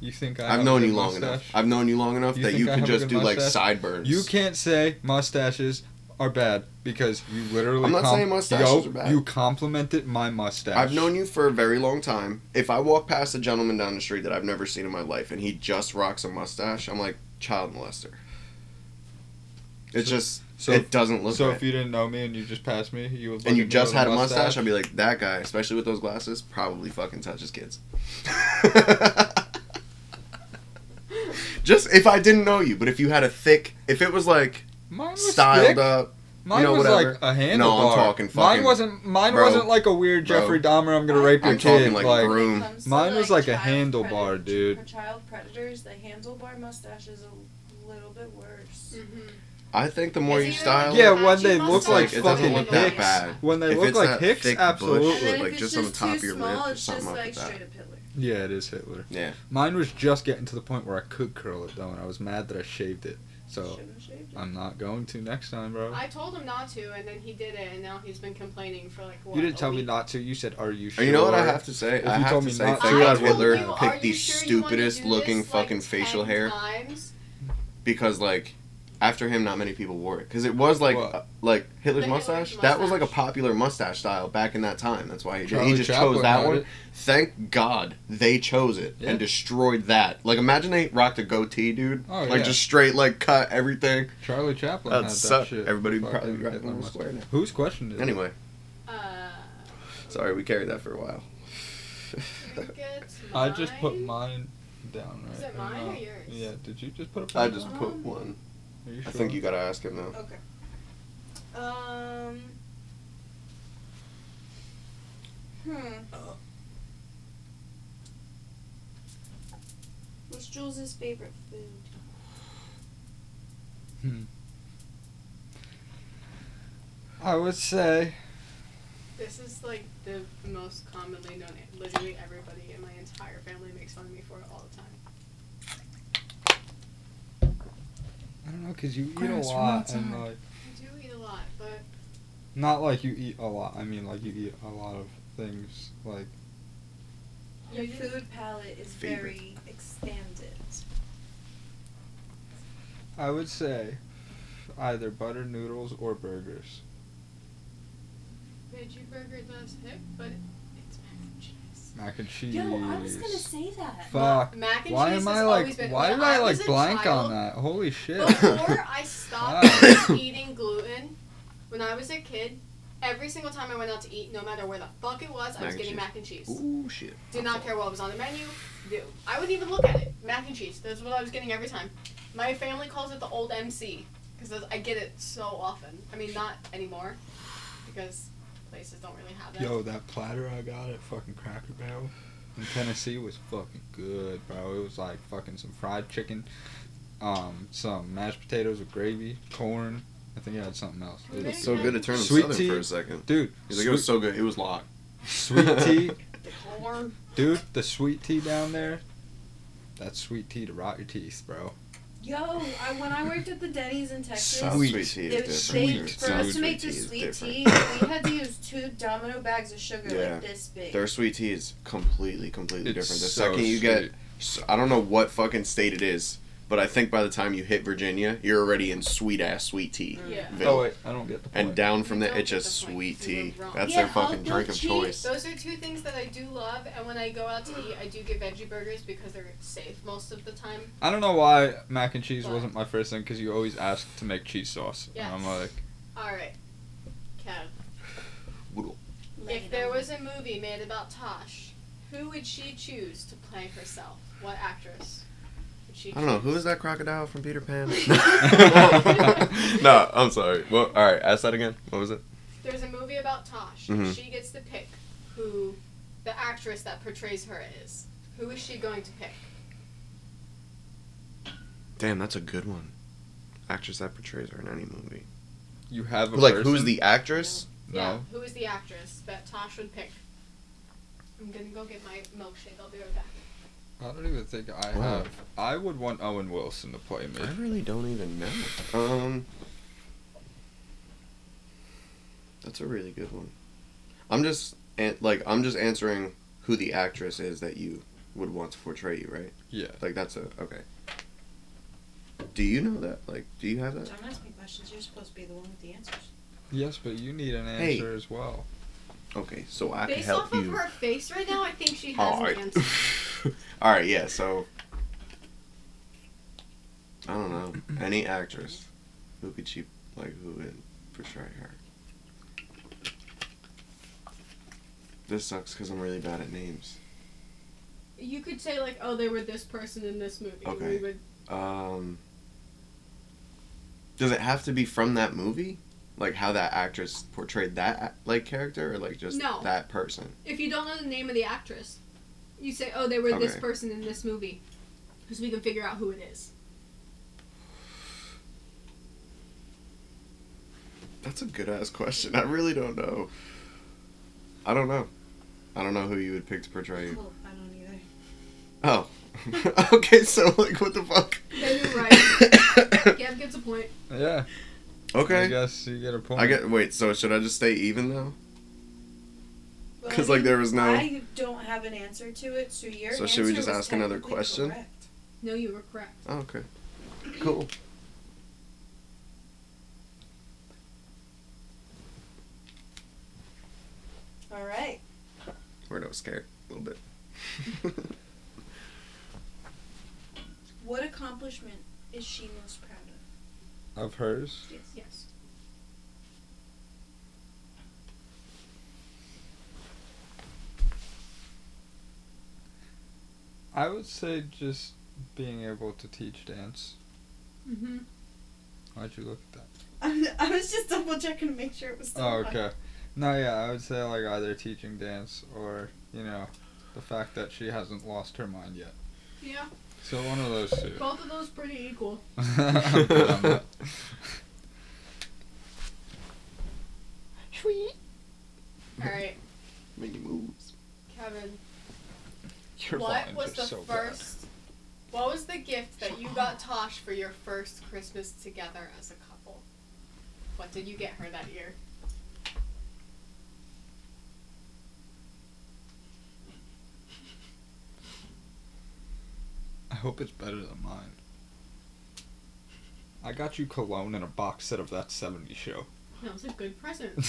A: You think I
B: I've
A: have
B: known
A: a
B: you
A: good
B: long enough.
A: mustache?
B: I've known you long enough
A: You
B: that
A: think
B: you
A: I
B: can
A: have a
B: just
A: good
B: do like
A: mustache?
B: sideburns.
A: You can't say mustaches are bad because you literally.
B: I'm not
A: com-
B: saying mustaches
A: Yo,
B: are bad.
A: You complimented my mustache.
B: I've known you for a very long time. If I walk past a gentleman down the street that I've never seen in my life and he just rocks a mustache, I'm like, child molester. It's
A: So-
B: just,
A: so-
B: it doesn't look
A: So
B: right.
A: if you didn't know me and you just passed me, you would. look
B: and you
A: at me
B: just
A: with
B: had a mustache, I'd be like, that guy, especially with those glasses, probably fucking touches kids. just if I didn't know you, but if you had a thick, if it was like
A: Mine was
B: styled
A: thick.
B: up,
A: Mine
B: you know,
A: was
B: whatever.
A: like a handlebar.
B: No, I'm talking fucking-
A: Mine wasn't. Mine
B: Bro.
A: wasn't like a weird
B: Bro.
A: Jeffrey Dahmer. I'm gonna rape your
B: I'm
A: kid.
B: talking
A: Like,
B: like,
E: When it
B: broom.
E: comes to,
A: Mine was like a
E: child
A: handlebar,
E: predator-
A: dude.
E: For child predators, the handlebar mustache is a little bit worse.
D: Mm-hmm.
B: I think the more you
D: Is it even
B: style,
A: yeah,
B: it,
A: when they
D: Mustache
A: look like
D: like, it doesn't
A: fucking
D: look that
A: hicks.
B: bad.
A: When they
B: If
A: look
B: it's
A: like
B: that
A: hicks,
B: thick bush-
E: And
A: absolutely.
E: then
B: like,
E: if it's
B: just on the
E: just
B: top
E: too
B: of your lip
E: small,
B: or
E: it's
B: something
E: just
B: like
E: like
B: that.
E: straight up Hitler.
A: Yeah, it is Hitler.
B: Yeah.
A: Mine was just getting to the point where I could curl it though, and I was mad that I shaved it. So
E: Shouldn't have shaved it.
A: I'm not going to next time, bro.
D: I told him not to, and then he did it, and now he's been complaining for like what?
A: You didn't
D: a
A: tell me
D: week?
A: not to. You said, "Are you sure?"
B: And you know what I have to say?
A: If
B: I
A: you
B: have
A: told
B: to
A: me
B: say,
A: not
B: thank
A: to, I
B: God
A: would-
B: Hitler
D: told you, "Are
B: picked
D: you
B: the
D: sure you wanna
B: stupidest
D: do this,
B: looking
D: like,
B: fucking facial
D: 10
B: hair
D: times?"
B: because, like, after him, not many people wore it. Because it was like,
A: What?
B: uh, like Hitler's
D: The Hitler's
B: mustache. That was like a
D: mustache.
B: popular mustache style back in that time. That's why he,
A: Charlie
B: he just
A: Chaplin
B: chose that
A: had
B: one.
A: it.
B: Thank God they chose it
A: Yeah.
B: and destroyed that. Like, imagine they rocked a goatee, dude.
A: Oh,
B: like
A: yeah.
B: just straight, like cut everything.
A: Charlie Chaplin
B: That
A: had that
B: sucked.
A: shit.
B: Everybody would
A: Fucking
B: probably be right
A: Hitler
B: on the
A: must-
B: square now.
A: Whose question is it?
B: Anyway,
D: Uh,
B: sorry we carried that for a while.
D: Crickets,
A: I just put
D: mine.
A: mine down right.
D: Is it
A: Or
D: mine or
A: no?
D: yours?
A: Yeah. Did you just put it?
B: I
A: back
B: just
A: on?
B: put one.
A: Are you
B: I
A: sure?
B: think you gotta ask him now.
E: Okay. Um. Hmm. What's Jules' favorite food?
A: Hmm. I would say
D: This is like the most commonly known. Literally everybody in my entire family makes fun of me for it all the time.
A: I don't know, cause you eat a
G: Grass from
A: lot and
G: outside.
A: like
D: I do eat a lot, but
A: not like you eat a lot. I mean like you eat a lot of things like
E: Your
D: You just-
E: food palette is
B: Favorite.
E: very expanded.
A: I would say either butter noodles or burgers.
D: veggie burger does hit, but it's mac and cheese.
A: Mac and cheese.
E: Yo, I was gonna say that.
A: Fuck.
D: Mac and
A: why
D: cheese
A: am I
D: has
A: like
D: always been-
A: why
D: when
A: did I,
D: I was
A: like
D: a
A: blank on
D: child-
A: that? Holy shit.
D: Before I stopped
B: Wow.
D: eating gluten, when I was a kid, every single time I went out to eat, no matter where the fuck it was, I
B: Mac
D: was
B: and
D: getting
B: cheese.
D: mac and cheese.
B: Ooh shit.
D: Did not care what was on the menu. Do- I wouldn't even look at it. Mac and cheese. That's what I was getting every time. My family calls it the old MC because I get it so often. I mean, not anymore because places don't really have it.
A: Yo, that platter I got at fucking Cracker Barrel in Tennessee was fucking good, bro. It was like fucking some fried chicken, um, some mashed potatoes with gravy, corn. I think it had something else. It
D: That's
A: was
B: So good it turned him
A: Sweet
B: southern
A: tea.
B: for a second.
A: Dude,
B: He's like, it was
A: sweet,
B: so good. It was locked.
A: sweet tea.
D: The corn.
A: Dude, the sweet tea down there, that's sweet tea to rot your teeth, bro.
E: Yo, I, when I worked at the Denny's in Texas,
B: South
A: Sweet.
B: sweet tea
E: it
B: is
E: was
B: different.
E: they,
A: Sweet.
E: for
B: South
E: us to make
B: tea
E: the
B: is
E: sweet
B: different.
E: tea, we had to use two domino bags of sugar
B: Yeah.
E: like this big.
B: Their sweet tea is completely, completely
A: It's
B: different. The
A: so
B: second you get, so- I don't know what fucking state it is, but I think by the time you hit Virginia, you're already in sweet ass sweet tea.
D: Yeah.
B: Ville.
A: Oh wait, I don't get the point.
B: and down from
D: You
B: there,
D: don't
B: it's
D: get
B: just
D: the point.
B: sweet
D: You were
B: tea.
D: wrong.
B: That's
E: Yeah,
B: their fucking
E: Uncle
B: drink of
E: Cheese.
B: choice.
D: Those are two things that I do love, and when I go out to eat, I do get veggie burgers because they're safe most of the time.
A: I don't know why mac and cheese
D: What?
A: wasn't my first thing because you always ask to make cheese sauce,
D: Yes.
A: and I'm like,
D: All right, Kev.
E: Lay
D: If
E: it
D: there
E: on
D: was a movie made about Tosh, who would she choose to play herself? What actress? Would she
B: I don't know
D: choose?
B: who is that crocodile from Peter Pan. no, I'm sorry. Well, all right, ask that again. What was it?
D: There's a movie about Tosh.
B: Mhm.
D: She gets to pick who the actress that portrays her is. Who is she going to pick?
B: Damn, that's a good one. Actress that portrays her in any movie.
A: you have a
B: Like,
A: person?
B: who's the actress?
A: no.
D: Yeah, who is the actress that Tosh would pick? I'm gonna go get my milkshake. I'll be right back.
A: I don't even think I
B: Wow.
A: have. I would want Owen Wilson to play me.
B: I really don't even know. Um, that's a really good one. I'm just an- like I'm just answering who the actress is that you would want to portray you, right?
A: Yeah.
B: Like that's a okay. Do you know that? Like, do you have that?
E: Don't ask me questions. You're supposed to be the one with the answers.
A: Yes, but you need an
B: Hey.
A: answer as well.
B: Okay, so I can
D: Based
B: help
D: off of
B: you.
D: her face right now, I think she has
B: All
D: an
B: right.
D: answer.
B: All right. Yeah. So I don't know any actress who could she like who would portray her. This sucks because I'm really bad at names.
D: You could say like, oh, they were this person in this movie. and
B: Okay.
D: We would,
B: Um, does it have to be from that movie? Like how that actress portrayed that like character, or like just
D: No.
B: that person?
D: if you don't know the name of the actress, you say, oh, they were this
B: Okay.
D: person in this movie, because we can figure out who it is.
B: That's a good ass question. I really don't know. I don't know. I don't know who you would pick to portray. you.
E: Well, I don't either.
B: Oh. okay, so like what the fuck?
D: Then you're right. Gab gets a point.
A: Yeah. I
B: okay.
A: guess you get a point.
B: I get wait, so should I just stay even though?
E: Well,
B: 'Cause, like, there was no-
E: I don't have an answer to it, so your.
B: So should we
E: answer
B: just
E: was
B: ask another
E: technically
B: question?
E: correct.
D: No, you were correct.
B: Oh, okay. Cool.
E: All right.
B: We're no scared a little bit.
E: What accomplishment is she most proud of?
A: of hers.
D: Yes.
A: I would say just being able to teach dance.
D: Mm-hmm.
A: Why'd you look at that?
E: I, I was just double checking to make sure it was still.
A: Oh,
E: on.
A: okay. No, yeah, I would say like either teaching dance or you know the fact that she hasn't lost her mind yet.
D: Yeah.
A: So one of those two.
D: Both of those pretty equal.
A: I'm good on that.
C: Sweet.
D: All right,
B: Many moves.
D: Kevin.
A: Your
D: what
A: vines
D: was
A: are
D: the
A: so bad.
D: first? What was the gift that you got Tosh for your first Christmas together as a couple? What did you get her that year?
A: I hope it's better than mine. I got you cologne and a box set of that 70s show.
D: That was a good present.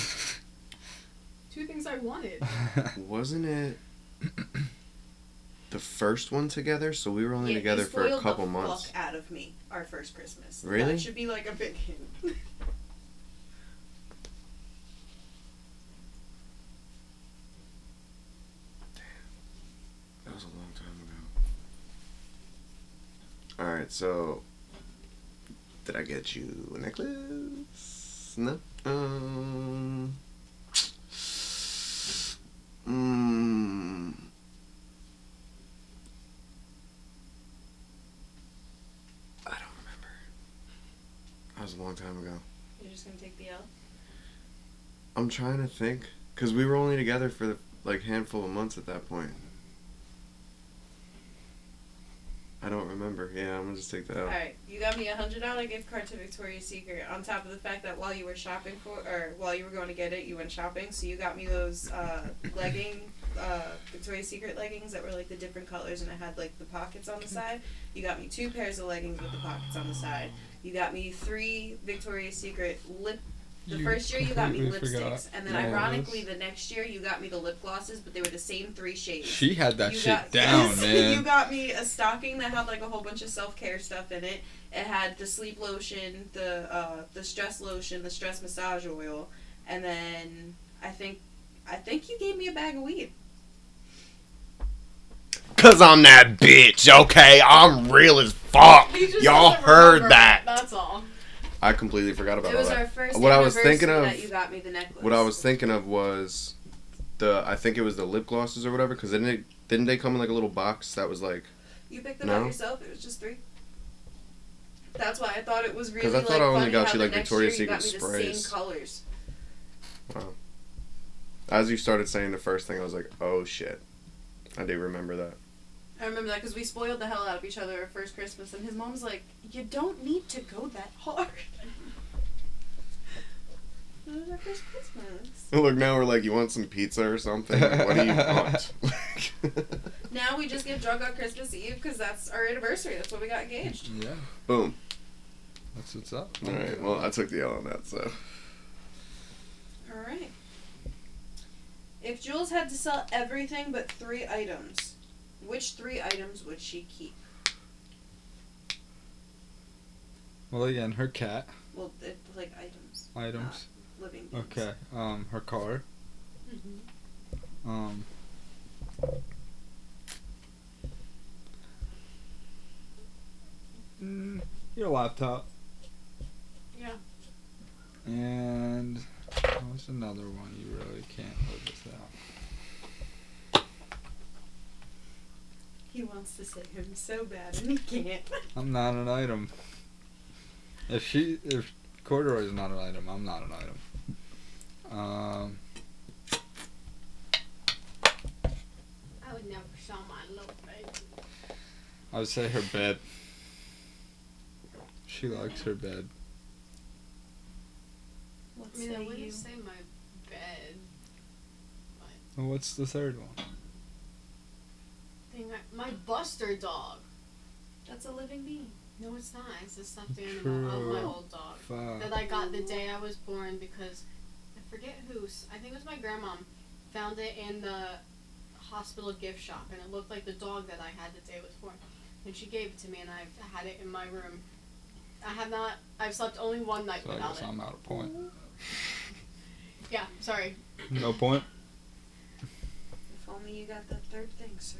D: Two things I wanted.
B: Wasn't it the first one together? So we were only together
E: you
B: for a
E: spoiled
B: couple
E: the
B: months.
E: Fuck out of me. Our first Christmas.
B: Really?
E: That should be like a big hint.
B: That was a long time ago. All right, so did I get you a necklace? No. Um. Mm. I don't remember. That was a long time ago.
E: You're just gonna take the L.
B: I'm trying to think, cause we were only together for the, like handful of months at that point. I don't remember. Yeah, I'm gonna just take that out.
E: All right. You got me a hundred dollar gift card to Victoria's Secret. On top of the fact that while you were shopping for, or while you were going to get it, you went shopping. So you got me those uh, legging, uh, Victoria's Secret leggings that were like the different colors, and it had like the pockets on the side. You got me two pairs of leggings with the pockets on the side. You got me three Victoria's Secret lip the
A: You
E: first year you got me
A: completely forgot
E: lipsticks, and then
A: all this.
E: ironically the next year you got me the lip glosses, but they were the same three shades.
A: She had that
E: You
A: shit
E: got-
A: down,
E: yes,
A: man.
E: You got me a stocking that had like a whole bunch of self care stuff in it. It had the sleep lotion, the uh, the stress lotion, the stress massage oil, and then I think I think you gave me a bag of weed.
B: Cause I'm that bitch. Okay, I'm real as fuck.
D: He just
B: Y'all
D: doesn't
B: heard
D: remember
B: that.
D: it, That's all.
B: I completely forgot about
E: it
B: all
E: was
B: that.
E: our first.
B: What I was
E: anniversary
B: thinking of-
E: That you got me the necklace.
B: What I was thinking of was the I think it was the lip glosses or whatever. Cause didn't it, didn't they come in like a little box that was like?
E: You picked them
B: No?
E: out yourself. It was just three. That's why I thought it was really.
B: I
E: like,
B: thought I only
E: funny
B: got
E: how
B: you,
E: the
B: like,
E: next
B: Victoria's
E: year you got
B: Secret
E: me the
B: sprays.
E: Same colors.
B: As you started saying the first thing, I was like, oh shit, I do remember that.
E: I remember that because we spoiled the hell out of each other our first Christmas, and his mom's like, "You don't need to go that hard." It was our first Christmas.
B: Look, now we're like, you want some pizza or something? What do you want?
E: Now we just get drunk on Christmas Eve because that's our anniversary. That's when we got engaged.
A: yeah.
B: Boom.
A: That's what's up.
B: All right. Well, I took the L on that, so.
E: All right. If Jules had to sell everything but three items, which three items would she keep?
A: Well, again, her cat
E: Well, it, like items,
A: items.
E: living beings.
A: Okay. Um, her car.
D: Mm-hmm.
A: Um. mm, Your laptop.
D: Yeah.
A: And what's another one you really can't live without?
E: He wants to say him so bad and he can't.
A: I'm not an item. If she, if corduroy's not an item, I'm not an item. Um,
D: I would never sell my little baby.
A: I would say her bed. She likes her bed.
E: Let's
D: I mean, I
E: say
D: wouldn't
E: you.
D: say my bed.
A: And what's the third one?
D: Thing I- my Buster dog.
H: That's a living being.
D: No, it's not. It's a stuffed animal of my
A: True.
D: old dog that
A: Fuck.
D: I got the day I was born because I forget who. s- I think it was my grandma. Found it in the hospital gift shop, and it looked like the dog that I had the day I was born. And she gave it to me, and I've had it in my room. I have not. I've slept only one night
A: So I
D: without
A: guess
D: it.
A: I'm out of point.
D: Yeah, sorry.
A: No point.
E: If only you got the third thing, sir.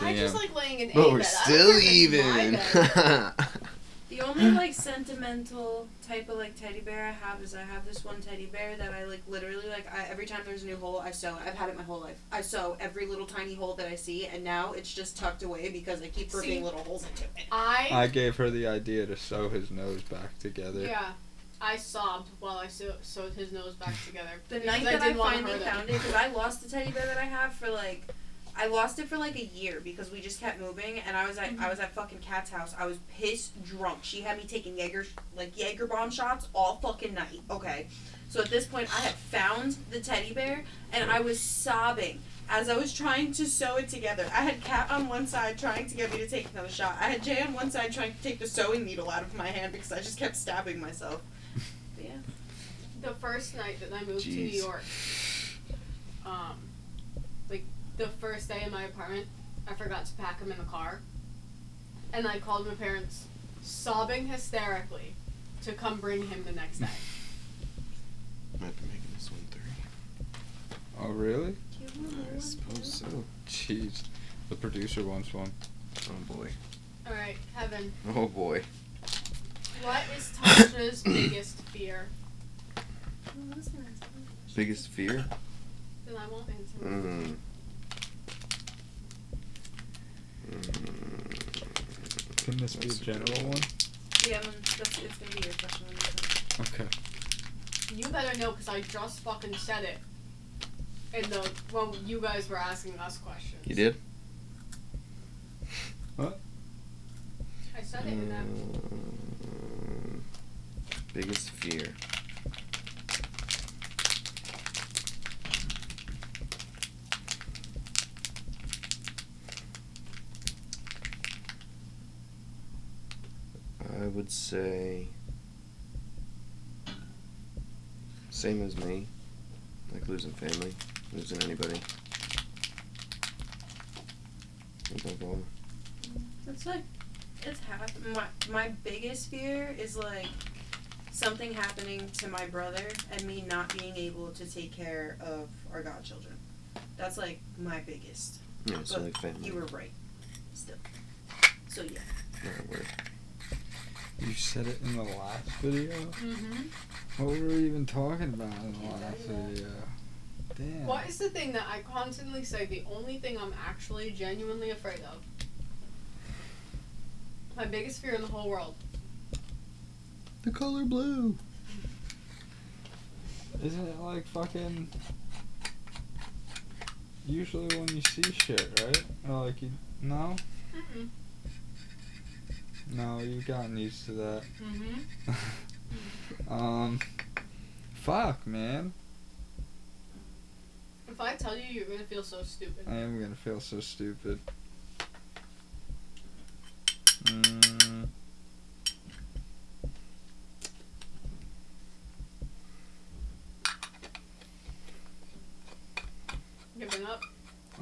D: I just like laying in.
B: But
D: a
B: we're
D: bed. I don't
B: still
D: care if it's my
B: even.
D: bed.
E: The only like sentimental type of like teddy bear I have is I have this one teddy bear that I like literally like I, every time there's a new hole I sew. it. I've had it my whole life. I sew every little tiny hole that I see, and now it's just tucked away because I keep ripping
D: See?
E: little holes into it.
A: I gave her the idea to sew his nose back together.
D: Yeah, I sobbed while I sew- sewed his nose back together.
E: The
D: because
E: night that I,
D: didn't wanna
E: finally
D: hurt him.
E: found it, because I lost the teddy bear that I have for like, I lost it for like a year because we just kept moving, and I was at
D: Mm-hmm.
E: I was at fucking Kat's house. I was pissed drunk. She had me taking Jaeger like Jaeger bomb shots all fucking night. Okay, so at this point, I had found the teddy bear, and I was sobbing. As I was trying to sew it together, I had Kat on one side trying to get me to take another shot. I had Jay on one side trying to take the sewing needle out of my hand because I just kept stabbing myself. But yeah.
D: the first night that I moved to New
B: Jeez.
D: York, um, like the first day in my apartment, I forgot to pack him in the car, and I called my parents, sobbing hysterically, to come bring him the next day.
B: Might be making this one three.
A: Oh really?
B: I suppose so.
A: Jeez. The producer wants one.
B: Oh boy.
D: All right, Kevin,
B: Oh boy.
D: what is Tasha's biggest fear?
B: Biggest fear?
D: Then I won't answer.
B: Mm.
A: Can this be a
B: Mm. That's a good
A: general one?
E: Yeah, man, that's, it's gonna be your question.
A: Okay.
D: You better know because I just fucking said it. In the when you guys were asking us questions.
B: You did?
D: I said it in that.
B: Um, biggest fear. I would say same as me, like losing family, losing anybody. Above all.
E: It's like, it's half. My, my biggest fear is like something happening to my brother and me not being able to take care of our godchildren. That's like my biggest.
B: Yeah, it's
E: But
B: only family.
E: You were right. Still. So yeah.
B: Not worth
A: You said it in the last video.
D: Mm-hmm.
A: What were we even talking about in the last video? Damn.
D: What is the thing that I constantly say the only thing I'm actually genuinely afraid of? My biggest fear in the whole world.
B: The color blue.
A: Isn't it like fucking? Usually when you see shit, right? Or like you no,
D: Mm-mm.
A: no, you've gotten used to that.
D: Mm-hmm.
A: Um, fuck, man,
D: If I tell you, you're gonna feel so stupid.
A: I am gonna feel so stupid. Mm.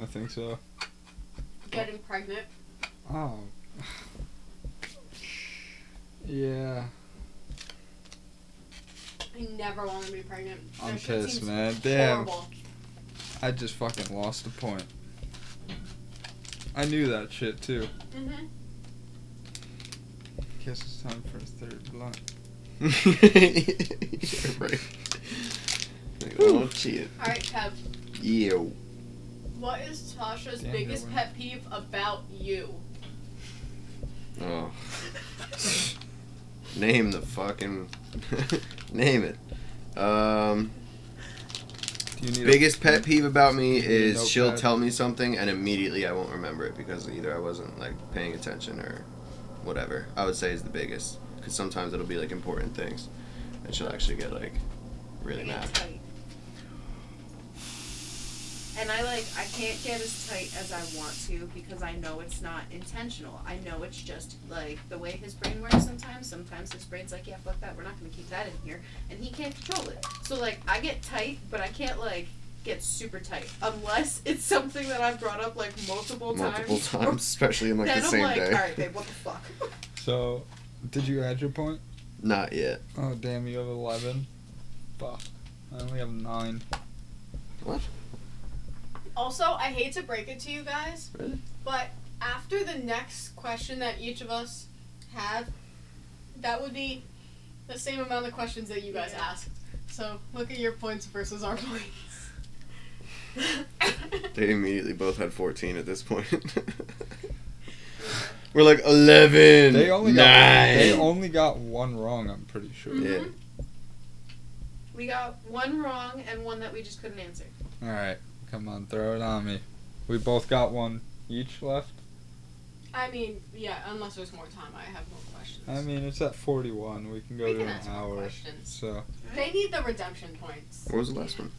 A: think so.
D: Getting pregnant.
A: Oh. yeah.
D: I never want to be pregnant.
A: I'm
D: That shit
A: pissed,
D: seems
A: man. Damn.
D: Horrible.
A: I just fucking lost the point. I knew that shit too.
D: Mm-hmm.
A: Guess it's time for a third blunt.
B: You're right. Like, oh, shit.
D: All right, Kev.
B: Ew.
D: What is Tasha's
A: Damn,
D: biggest
A: good one.
D: pet peeve about you?
B: Oh. Name the fucking. Name it. Um,
A: Do you need
B: biggest pet peeve about me
A: you need a
B: is she'll
A: notepad?
B: tell me something and immediately I won't remember it because either I wasn't like paying attention or whatever. I would say is the biggest because sometimes it'll be like important things and she'll actually get like really
E: I
B: mad.
E: get tight. And I like I can't get as tight as I want to because I know it's not intentional. I know it's just like the way his brain works sometimes. Sometimes his brain's like, yeah, fuck that, we're not gonna keep that in here, and he can't control it. So like I get tight, but I can't like get super tight unless it's something that I've brought up like multiple,
B: Multiple
E: times.
B: times, especially in like
E: then
B: the same
E: I'm like,
B: day.
E: all right, babe, what the fuck?
A: So, did you add your point?
B: Not yet.
A: Oh damn, you have eleven. Fuck. I only have nine.
B: What?
D: Also, I hate to break it to you guys,
B: Really?
D: but after the next question that each of us have, that would be the same amount of questions that you guys
E: Yeah.
D: asked. So look at your points versus our points.
B: They immediately both had 14 at this point. We're like 11.
A: They only
B: nine.
A: got they only got one wrong. I'm pretty sure.
B: Yeah.
E: we got one wrong and one that we just couldn't answer.
A: All right, come on, throw it on me. We both got one each left.
D: I mean, yeah, unless there's more time, I have more questions.
A: I mean, it's at 41. We can go
D: we
A: to
D: can
A: an
D: ask more
A: hour.
D: questions.
A: So
D: They need the redemption points.
B: What was the last one?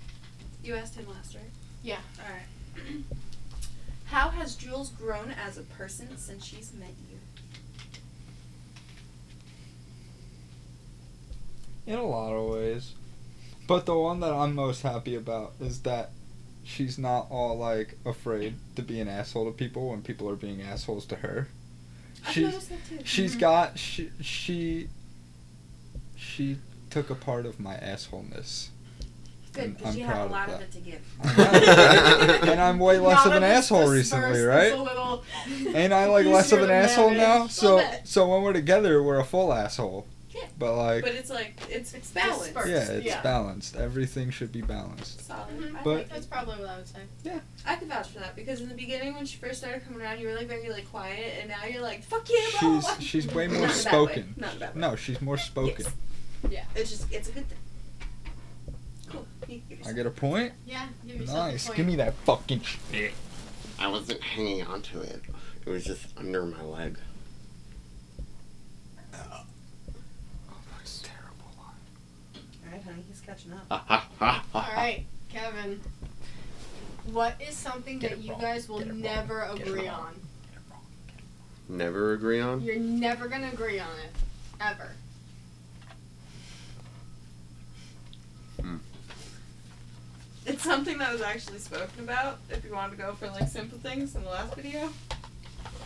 E: You asked him last, right?
D: Yeah.
E: Alright. How has Jules grown as a person since she's met you?
A: in a lot of ways, but the one that I'm most happy about is that she's not all like afraid to be an asshole to people when people are being assholes to her. She's
E: that too. Mm-hmm.
A: She's
D: Mhm.
A: got she she she took a part of my assholeness.
E: Good,
A: I'm
E: because you have
A: proud
E: a
A: of
E: lot of,
A: that.
E: it to give.
A: and I'm way less of an asshole recently, right? Ain't I like less of an asshole now? So so when we're together, we're a full asshole.
E: Yeah.
A: But like
E: But it's like, it's, it's
D: balanced. dispersed,
E: balanced.
A: yeah, it's
D: yeah.
A: balanced. Everything should be balanced.
E: Solid. I,
A: But-
E: like
D: that's
E: it.
D: probably what I would say.
E: I can vouch for that because in the beginning when she first started coming around, you were like very like quiet, and now you're like fuck yeah, blah, blah,
A: She's
E: blah.
A: she's way
E: Not
A: more
E: in a bad way,
A: spoken.
E: Not in a bad way.
A: No, she's more spoken.
E: Yes.
D: Yeah.
E: It's just it's a good thing. Cool. You can give
A: I
E: yourself-
A: get a point.
D: Yeah. Give yourself a
A: Nice.
D: point.
A: Give me that fucking shit.
B: I wasn't hanging on to it. It was just under my leg.
A: Oh, That's terrible.
E: All right, honey, he's catching up.
D: All right, Kevin. What is something
A: Get
D: that
A: it
D: you
A: wrong.
D: guys will
A: Get it wrong.
D: never
A: Get it
D: agree on?
A: wrong.
B: Never agree on?
D: You're never gonna agree on it, ever.
E: It's something that was actually spoken about. If you wanted to go for like simple things in the last video.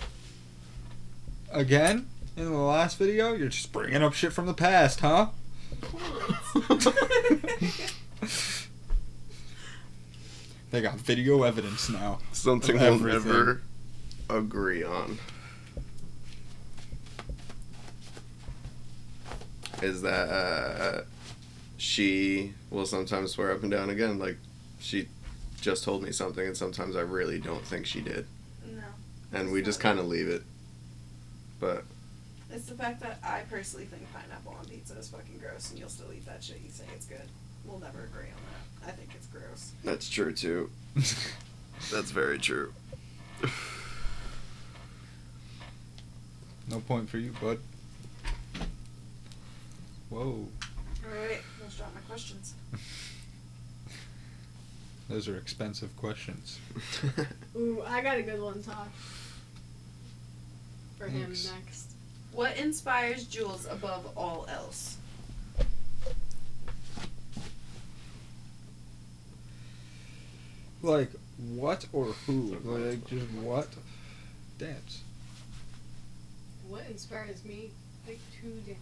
A: Again, in the last video, you're just bringing up shit from the past, huh? they got video evidence now.
B: Something
A: Of
B: we'll
A: everything.
B: never agree on. Is that uh, she will sometimes swear up and down again, like she just told me something, and sometimes I really don't think she did.
E: No.
B: And we just kind of leave it. But
E: It's the fact that I personally think pineapple on pizza is fucking gross, and you'll still eat that shit. You say it's good. We'll never agree on that. I think it's gross.
B: that's true too. That's very true.
A: no point for you, bud. Whoa,
E: All right, let's drop my questions.
A: those are expensive questions.
D: Ooh, I got a good one, Todd. For him
A: Thanks.
D: next.
E: What inspires Jules above all else?
A: Like what or who? Like just what dance?
D: What inspires me? Like two dance.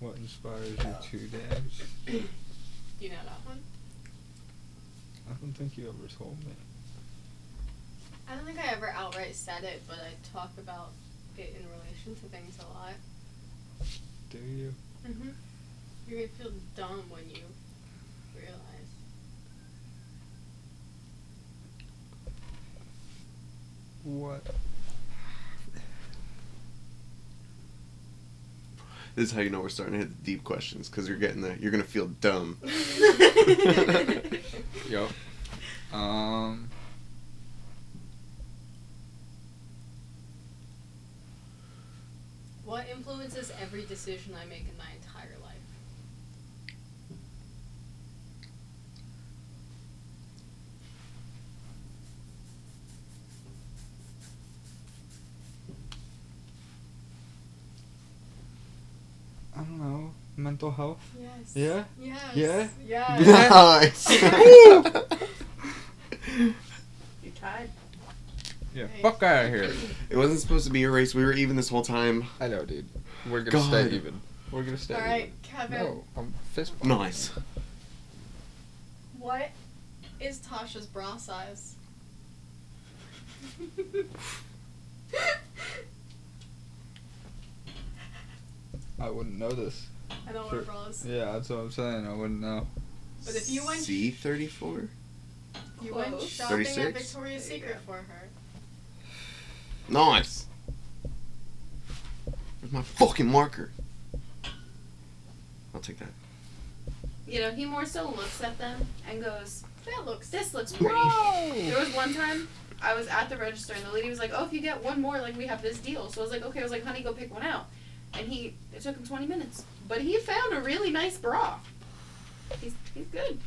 A: What inspires you to dance?
D: You know that one?
A: I don't think you ever told me.
D: I don't think I ever outright said it, but I talk about it in relation to things a lot.
A: Do you?
D: Mm-hmm. You're gonna feel dumb when you realize.
A: What?
B: This is how you know we're starting to hit the deep questions because you're getting that. You're gonna feel dumb.
A: Yo. Um.
D: What influences every decision I make in my entire life?
A: I don't know. Mental health.
D: Yes.
A: Yeah?
D: Yes.
A: Yeah?
D: Yes.
B: nice.
E: You're tied.
A: Yeah.
D: Right.
A: Fuck out of here.
B: it wasn't supposed to be a race. We were even this whole time.
A: I know, dude. We're gonna
B: God.
A: stay even. We're gonna stay
D: All right, Kevin.
A: even. No, I'm fist bumping.
B: Nice.
D: What is Tasha's bra size?
A: I wouldn't know this.
D: I don't
A: Sure.
D: wear bras.
A: Yeah, that's what I'm saying. I wouldn't know.
D: But if you went,
B: C thirty four.
D: you went
E: Close.
D: shopping at
B: 36?
D: Victoria's
E: There you
D: Secret
E: go.
D: for her.
B: Nice. Where's my fucking marker? I'll take that.
F: You know, he more so looks at them and goes,
D: That looks.
F: "This looks pretty." There was one time I was at the register and the lady was like, "Oh, if you get one more, like we have this deal." So I was like, "Okay," I was like, "Honey, go pick one out." And he it took him 20 minutes, but he found a really nice bra. He's he's good.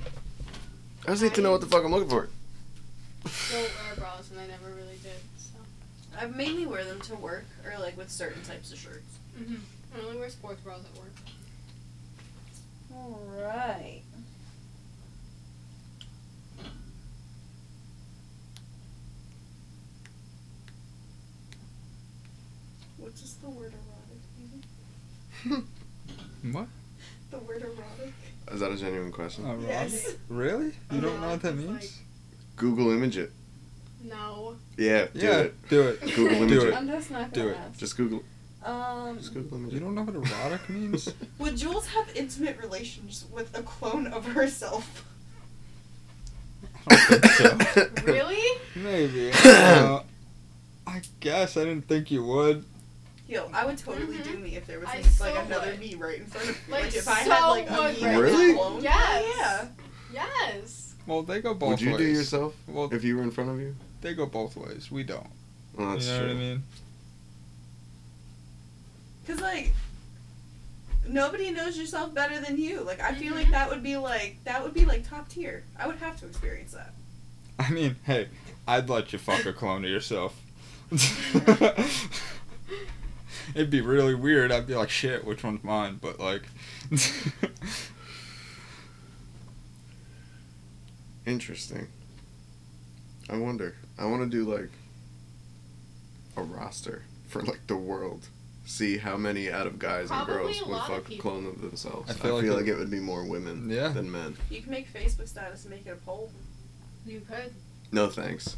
B: I just need to know what the fuck I'm looking for.
D: Don't wear bras, and I never really did. So.
F: I mainly wear them to work or like with certain types of shirts.
D: Mm-hmm. I only wear sports bras at work.
E: Alright. What does the word erotic mean?
D: uh,
A: What?
E: The word erotic?
B: Is that a genuine question?
A: Erotic?
E: Yes.
A: Uh, Really? You don't know what that
D: Erotic is
A: means?
B: Google image it.
D: No.
B: Yeah, do
A: yeah.
B: it.
A: Do it.
B: Google
A: do
B: image
A: it.
E: I'm just not
A: Do
E: gonna
A: it.
E: ask.
B: Just Google.
E: um
B: Just Google image
A: You
B: it.
A: don't know what erotic means?
E: Would Jules have intimate relations with a clone of herself?
A: I don't think so.
D: Really?
A: Maybe. Uh, I guess I didn't think you would.
E: Yo, I would totally
D: Mhm.
E: do me if there was
D: I
E: like,
D: so
E: like another
D: would.
E: me right in front of me.
D: Like,
E: Like, if I
D: so
E: had like a
D: would
E: me
B: right
E: right
B: now.
E: now alone.
D: Yes.
E: Yeah.
D: Yes.
A: Well, they go both
B: Would you
A: ways.
B: do yourself
A: Well,
B: if you were in front of you?
A: they go both ways. We don't.
B: Well, that's
A: you know
B: true.
A: what I mean?
E: Cause like nobody knows yourself better than you. Like I feel
D: Mhm.
E: like that would be like that would be like top tier. I would have to experience that.
A: I mean, hey, I'd let you fuck a clone of yourself. It'd be really weird. I'd be like, shit, which one's mine? But like,
B: Interesting. I wonder. I want to do like a roster for like the world. See how many out of guys
D: Probably
B: and girls
D: a
B: would
D: lot of
B: fuck a
D: people.
B: clone of themselves.
A: I
B: I
A: feel
B: feel,
A: like
B: like,
A: it-
B: it would be more women
A: Yeah.
B: than men.
E: You can make Facebook status and make it a poll.
D: You could.
B: No thanks.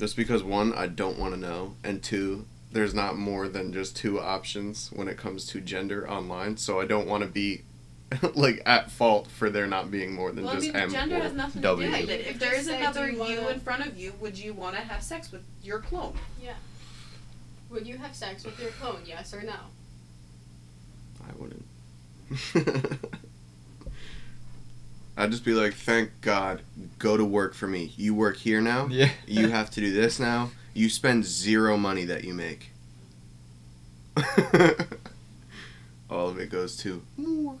B: Just because one, I don't want to know, and two, there's not more than just two options when it comes to gender online, so I don't want to be like at fault for there not being more than
F: Well, I
B: just
F: mean,
B: M
F: gender
B: or
F: has nothing
B: W.
F: to do
D: Yeah,
F: with it.
D: you
F: If
D: could
F: there
D: just
F: is
D: say,
F: another you
D: "Do you wanna-"
F: in front of you, would you want to have sex with your clone?
D: Would you have sex with your clone? Yes or no?
B: I wouldn't. I'd just be like, thank God, go to work for me. You work here now.
A: yeah,
B: You have to do this now. You spend zero money that you make. All of it goes to. moi.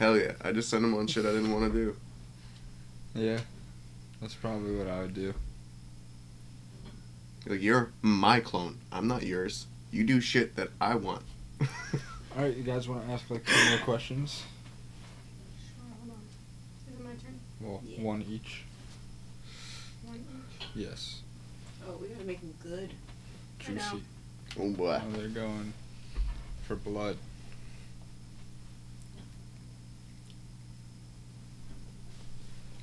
B: Hell yeah. I just sent him on shit I didn't want to do.
A: yeah. That's probably what I would do.
B: Like, you're my clone. I'm not yours. You do shit that I want.
A: All right, you guys want to ask like two more questions?
D: Sure, hold on.
A: Well,
E: Yeah.
A: one each.
D: One
A: Yes.
D: Oh, we gotta make them good. I know.
A: Juicy.
B: Oh boy.
A: Now they're going for blood.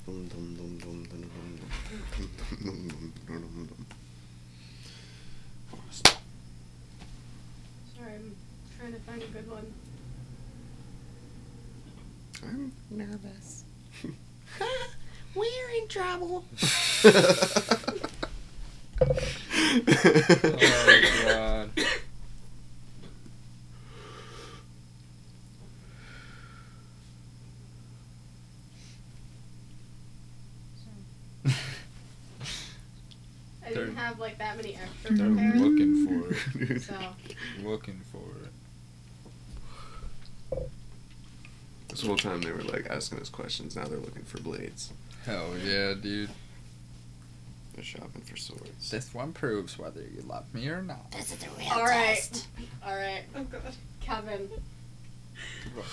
B: Dum, dum, dum, dum, dum, dum, dum, dum, dum, dum, dum, dum.
D: Sorry, I'm trying to find a good one.
B: I'm-
C: Nervous. We're in trouble.
A: Oh god.
D: I
A: They're-
D: didn't have like that many extra
A: They're
D: prepared,
A: looking for it.
D: so
A: Looking for it.
B: This whole time they were like asking us questions. Now they're looking for blades.
A: Hell yeah, dude.
B: They're shopping for swords.
A: This one proves whether you love me or not.
C: This is the real
D: All right.
C: test.
D: all right,
E: Oh god.
D: Kevin.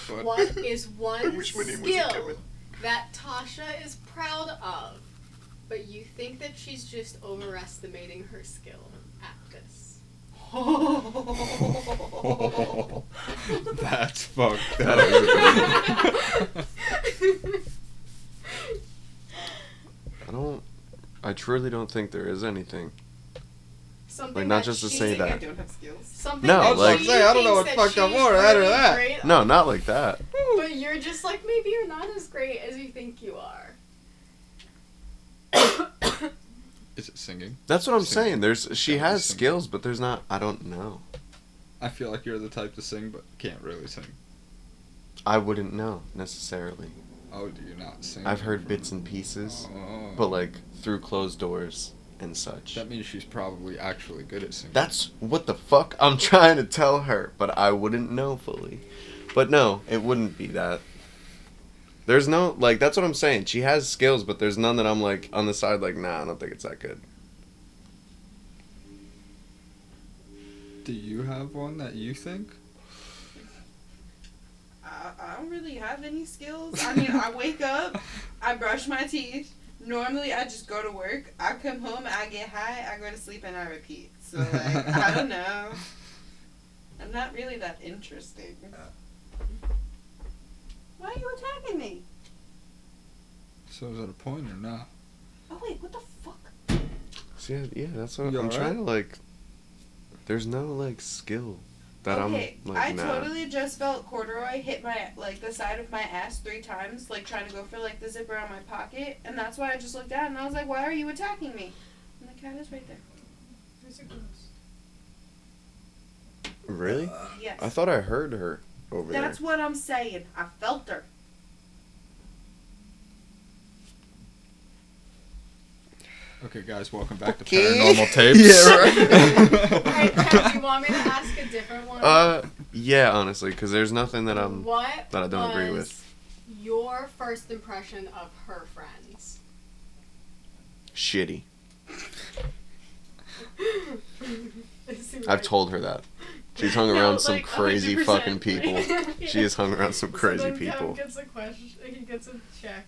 A: But-
D: What is
B: I
D: one
B: wish my name was
D: skill
B: Kevin.
D: that Tasha is proud of, but you think that she's just overestimating her skill at this?
A: That's fucked up.
B: I don't. I truly don't think there is anything.
D: Something
B: Like, not
D: that
B: just to
D: she's-
B: say
E: I
B: that.
E: don't have skills.
D: Something
B: No,
D: that
B: like-
D: she
A: I was gonna say, I don't know what
D: thinks that
A: fucked up
D: she's
A: more, that or
D: really
A: that.
D: great
B: No, not like that.
D: But you're just like, maybe you're not as great as you think you are.
A: Is it singing?
B: That's what I'm
A: Singing.
B: saying. There's she
A: Gotta be
B: has
A: singing.
B: skills, but there's not. I don't know.
A: I feel like you're the type to sing, but can't really sing.
B: I wouldn't know necessarily.
A: Oh, do you not sing?
B: I've heard bits and pieces,
A: Oh.
B: but like through closed doors and such.
A: That means she's probably actually good at singing.
B: That's what the fuck I'm trying to tell her, but I wouldn't know fully. But no, it wouldn't be that. There's no like that's what I'm saying. She has skills, but there's none that I'm like on the side like, nah, I don't think it's that good.
A: Do you have one that you think?
E: I, I don't really have any skills. I mean, I wake up, I brush my teeth. Normally, I just go to work. I come home, I get high, I go to sleep, and I repeat. So, like, I don't know. I'm not really that interesting.
B: Uh.
E: Why are you attacking me?
A: So is that a point or not?
E: Oh, wait, what the fuck?
B: So yeah, yeah that's what
A: You
B: I'm
A: alright?
B: trying to like there's no like skill that
E: okay,
B: I'm like
E: I
B: nah.
E: totally just felt corduroy hit my like the side of my ass three times, like trying to go for like the zipper on my pocket, and that's why I just looked down and I was like, "Why are you attacking me?" And the cat is right there.
B: Really?
E: Yes.
B: I thought I heard her over
E: That's
B: there.
E: what I'm saying. I felt her.
A: Okay, guys, welcome back
B: Okay.
A: to Paranormal Tapes.
D: All right, Ted, do you want me to ask a different one?
B: Uh yeah, honestly, cuz there's nothing that I'm
D: what
B: Um, that I don't agree
D: was Your first impression of her friends.
B: shitty. I've
D: I've
B: told her that. She's hung around some crazy fucking people. She has hung around some crazy people.
D: gets a question. He gets a check.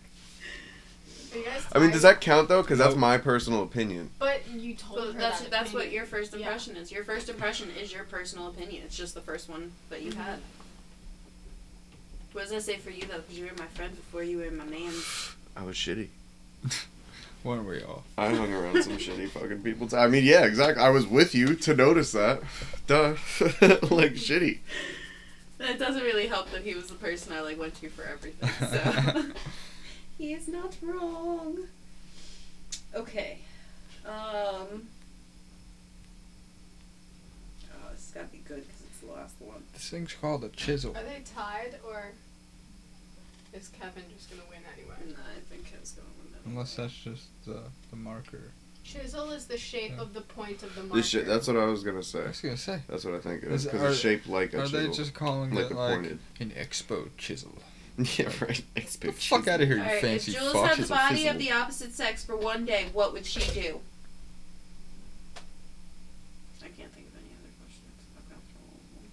D: Are you guys
B: I mean, does
D: tired?
B: that count though? Because that's
A: Nope.
B: my personal opinion.
D: But you told
F: So
D: her
F: that's
D: that
F: that's what
D: opinion.
F: your first
D: Yeah.
F: impression is. Your first impression is your personal opinion. It's just the first one that you
D: Mm-hmm.
F: had. What does that say for you though? Because you were my friend before you were my man.
B: I was shitty.
A: Weren't we all?
B: I hung around some shitty fucking people. T- I mean, yeah, exactly. I was with you to notice that. Duh. like shitty.
F: It doesn't really help that he was the person I like went to for everything. So
E: He is not wrong. Okay. Um. Oh, this has got to be good because it's the last one.
A: This thing's called a chisel.
D: Are they tied or is Kevin just gonna win anyway?
F: no, I think I was going with that.
A: Unless that's just the, the marker.
D: Chisel is the shape of the point of the marker.
B: This shit. That's what I was gonna
A: I
B: say.
A: was gonna say.
B: That's what I think it
A: Is-
B: is. Because
A: are-
B: it's shaped like a
A: Are they
B: chisel.
A: just calling
B: Like
A: it
B: a
A: like
B: pointed-
A: an expo chisel?
B: yeah, right. It's
A: Get the
B: big
A: fuck
B: chisel.
A: out of here, you
F: Alright, if
A: fancy
F: Jules
A: fuck.
F: had the
A: It's a
F: body
A: fizzle.
F: of the opposite sex for one day, what would she do? I can't think of any other questions. I've gone through all of them.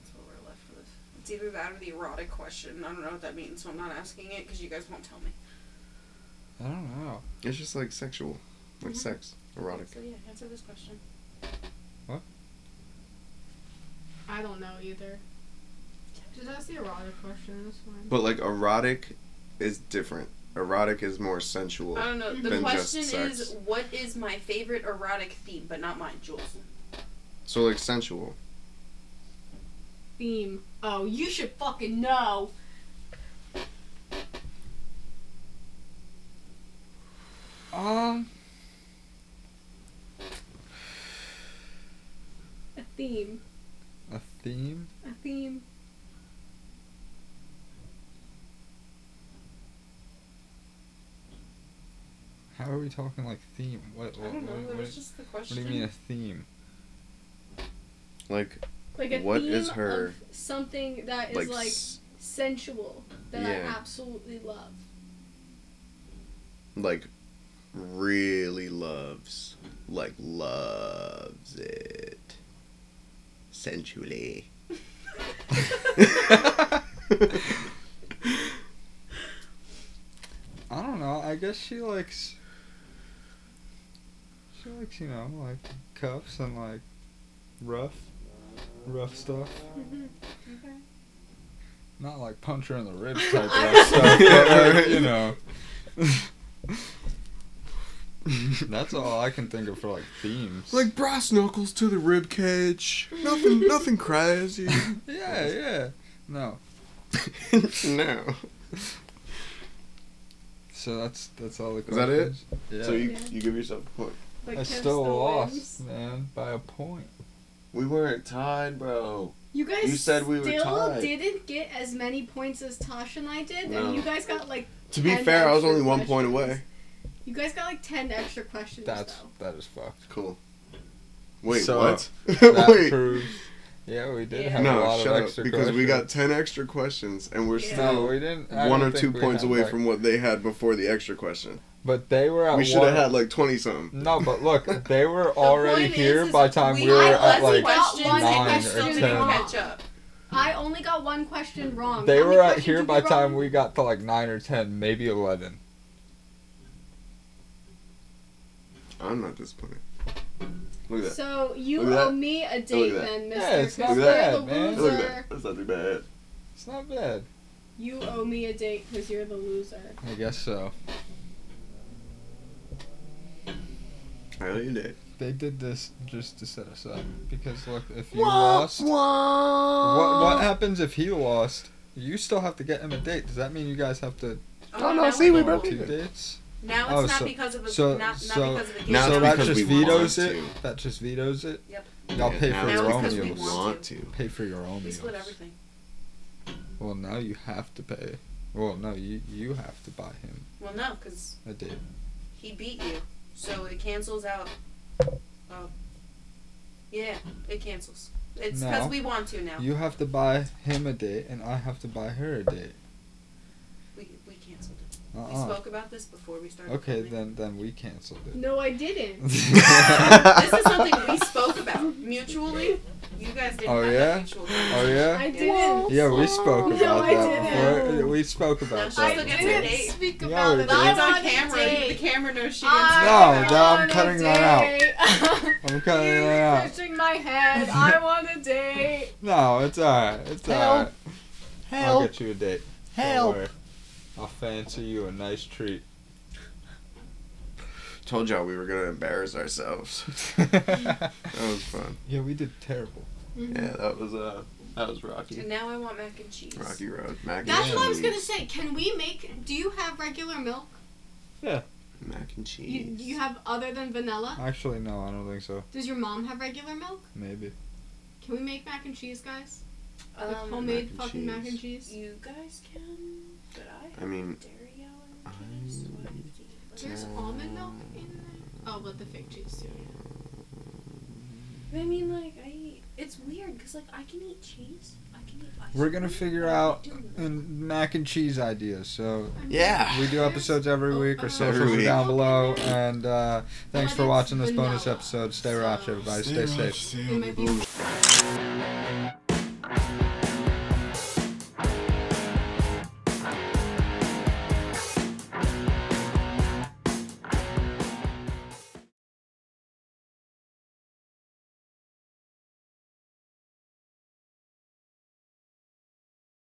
F: That's what we're left with. It's either that or the erotic question. I don't know what that means, so I'm not asking it because you guys won't tell me.
A: I don't know.
B: It's just like sexual, like
D: Mm-hmm.
E: Mhm.
B: sex, erotic.
E: So yeah, answer this question.
D: I don't know either. Just ask the erotic question. That's fine.
B: But like erotic is different. Erotic is more sensual.
D: Uh.
E: I don't know. The
B: Then just
E: question is,
B: sex.
E: what is my favorite erotic theme? But not mine, Jules.
B: So like sensual.
D: Theme. Oh, you should fucking know.
A: Um,
D: A theme.
A: a theme.
D: A theme.
A: How are we talking like theme? What?
E: I
A: What,
E: don't know.
A: what,
E: That
A: what,
E: was just the
A: what
E: question.
A: do you mean a theme?
B: Like
D: Like a
B: What
D: theme
B: is her-
D: of something that is
B: like
D: like,
B: s-
D: sensual that
B: Yeah.
D: I absolutely love.
B: like really loves like loves it sensually.
A: I don't know. I guess she likes. She likes you know like cuffs and like rough, rough stuff. Not like punch her in the ribs type rough stuff, but like, you know. That's all I can think of for like themes.
B: like brass knuckles to the rib cage. Nothing nothing crazy.
A: yeah, yeah. No,
B: no.
A: So that's that's all the
B: Is that it?
A: questions. Yeah.
B: So you
D: Yeah.
B: you give yourself a point.
D: Like
A: I
D: kiss
A: still
D: the
A: lost,
D: limbs.
A: man, by a point.
B: We weren't tied, bro.
D: You guys
B: You said we were
D: still
B: tied.
D: didn't get as many points as Tasha and I did,
B: No.
D: and you guys got like
B: To be
D: And
B: fair, I was
D: extra
B: only one point away.
D: questions. you guys got like ten extra questions
A: That's
D: though.
A: that is fucked.
B: Cool. Wait,
A: So,
B: what?
A: That
B: Wait.
A: proves. Yeah, we did
E: Yeah.
A: have a
B: No,
A: lot
B: shut
A: of
B: up.
A: extra
B: Because we got
A: questions.
B: ten extra questions, and we're
E: Yeah.
B: still
A: no, we didn't. I
B: one
A: don't
B: or
A: think
B: two
A: we
B: points
A: had,
B: away
A: like-
B: from what they had before the extra question.
A: But they were at
B: we should have
A: one-
B: had like twenty something.
A: No, but look, they were already
E: point is,
A: here
E: is
A: by the time
E: we-
A: we were
D: I
A: at
D: wasn't
A: like
D: got one
A: nine
D: question
A: or
E: still
D: wrong.
E: didn't
A: ten. Oh,
E: catch up.
D: I only got one question wrong.
A: They
D: How many
A: were at
D: questions
A: here
D: did
A: by
D: you
A: the time
D: wrong?
A: we got to like nine or ten, maybe eleven.
B: I'm not disappointed. Look at that.
D: So you
B: Look at
D: owe
B: that.
D: me a date
B: that.
D: then, Mister.
A: Yeah, it's not
D: because you're
A: bad,
D: the
A: man.
B: Look at
D: loser.
B: that. That's not too bad.
A: It's not bad.
D: You owe me a date because you're the loser.
A: I guess so.
B: I know you did.
A: They did this just to set us up because look, if you
B: Wah,
A: lost,
B: wah.
A: What what happens if he lost? You still have to get him a date. Does that mean you guys have to
B: No,
E: Oh, now
B: no,
E: it's
B: see, we
E: all-
B: both
A: two
B: did.
A: dates?
E: Now it's
A: Oh,
E: not
A: so-
E: because of a
A: so-
E: not,
A: so-
E: not because of a game.
B: Now
A: so
B: it's
A: that
B: because
A: just
B: we
A: vetoes
B: want
A: it.
B: to.
A: That just vetoes it.
E: Yep.
A: Y'all pay
B: Now
A: for
B: it's
A: your own
E: because we
B: we
A: meals.
B: want to.
A: Pay for your own
E: we
A: meals.
E: split everything.
A: Well, now you have to pay. Well, no, you you have to buy him
E: Well, no, because
A: a date.
E: he beat you, so it cancels out. Oh, yeah, it cancels. It's because
A: No.
E: we want to now.
A: You have to buy him a date, and I have to buy her a date.
E: We we canceled it.
A: Uh
E: We
A: uh
E: spoke about this before we started.
A: Okay,
E: filming.
A: then then we canceled it.
D: No, I didn't.
E: this is something we spoke about mutually. You guys didn't
A: Oh,
E: have
A: yeah?
E: that mutual.
A: oh yeah.
D: I didn't.
A: Yeah, we spoke
E: Oh,
D: No,
A: about
D: I
A: that
D: didn't.
A: before. We spoke
E: No,
A: about
E: she
A: that.
E: still gets
A: before.
E: her
D: didn't
E: date.
D: speak
A: Yeah,
D: about
A: we
D: it.
A: did.
D: I
E: It's on
D: want a
E: camera. The
D: date. Ah.
E: camera knows she didn't.
D: I
A: No, no, I'm
D: want a
A: cutting that out.
D: date.
A: I'm cutting
D: You're
A: that out.
D: pushing my head. I want a date.
A: No, it's alright. It's alright. I'll get you a date. Don't
I: Help.
A: worry. I'll fancy you a nice treat.
B: Told y'all we were gonna embarrass ourselves.
A: yeah,
B: That was fun.
A: we did terrible.
B: Yeah, that was uh, that was rocky.
E: And now I want mac and cheese.
B: Rocky Road, mac and
D: That's
B: cheese.
D: what I was gonna say. Can we make? Do you have regular milk?
B: Mac and
D: You,
B: cheese.
D: you have other than
B: Uh,
D: vanilla?
A: Actually, no, I don't think so.
D: Does your mom have regular milk?
A: Maybe.
D: Can we make mac and cheese, guys? Like
E: Um,
D: homemade
B: mac and
D: fucking mac and cheese.
E: You guys can, but I have
B: I mean,
E: dairy
B: I-
E: allergies. so I have to eat like-
D: There's almond milk in there. Oh, but the fake cheese too.
E: I mean, like I eat. It's weird because like I can eat cheese. I can eat ice
A: We're gonna
E: cream,
A: figure
E: but I
A: out
E: can't do
A: uh, mac and cheese ideas. So
D: I mean, Oh,
B: yeah.
A: we do episodes every week. Our socials
B: Every
A: are
B: week.
A: down below. And uh, thanks
D: But
A: for
D: it's
A: watching this bonus
D: vanilla,
A: episode. Stay
D: so-
A: rotch, everybody. Stay safe.
D: It might be.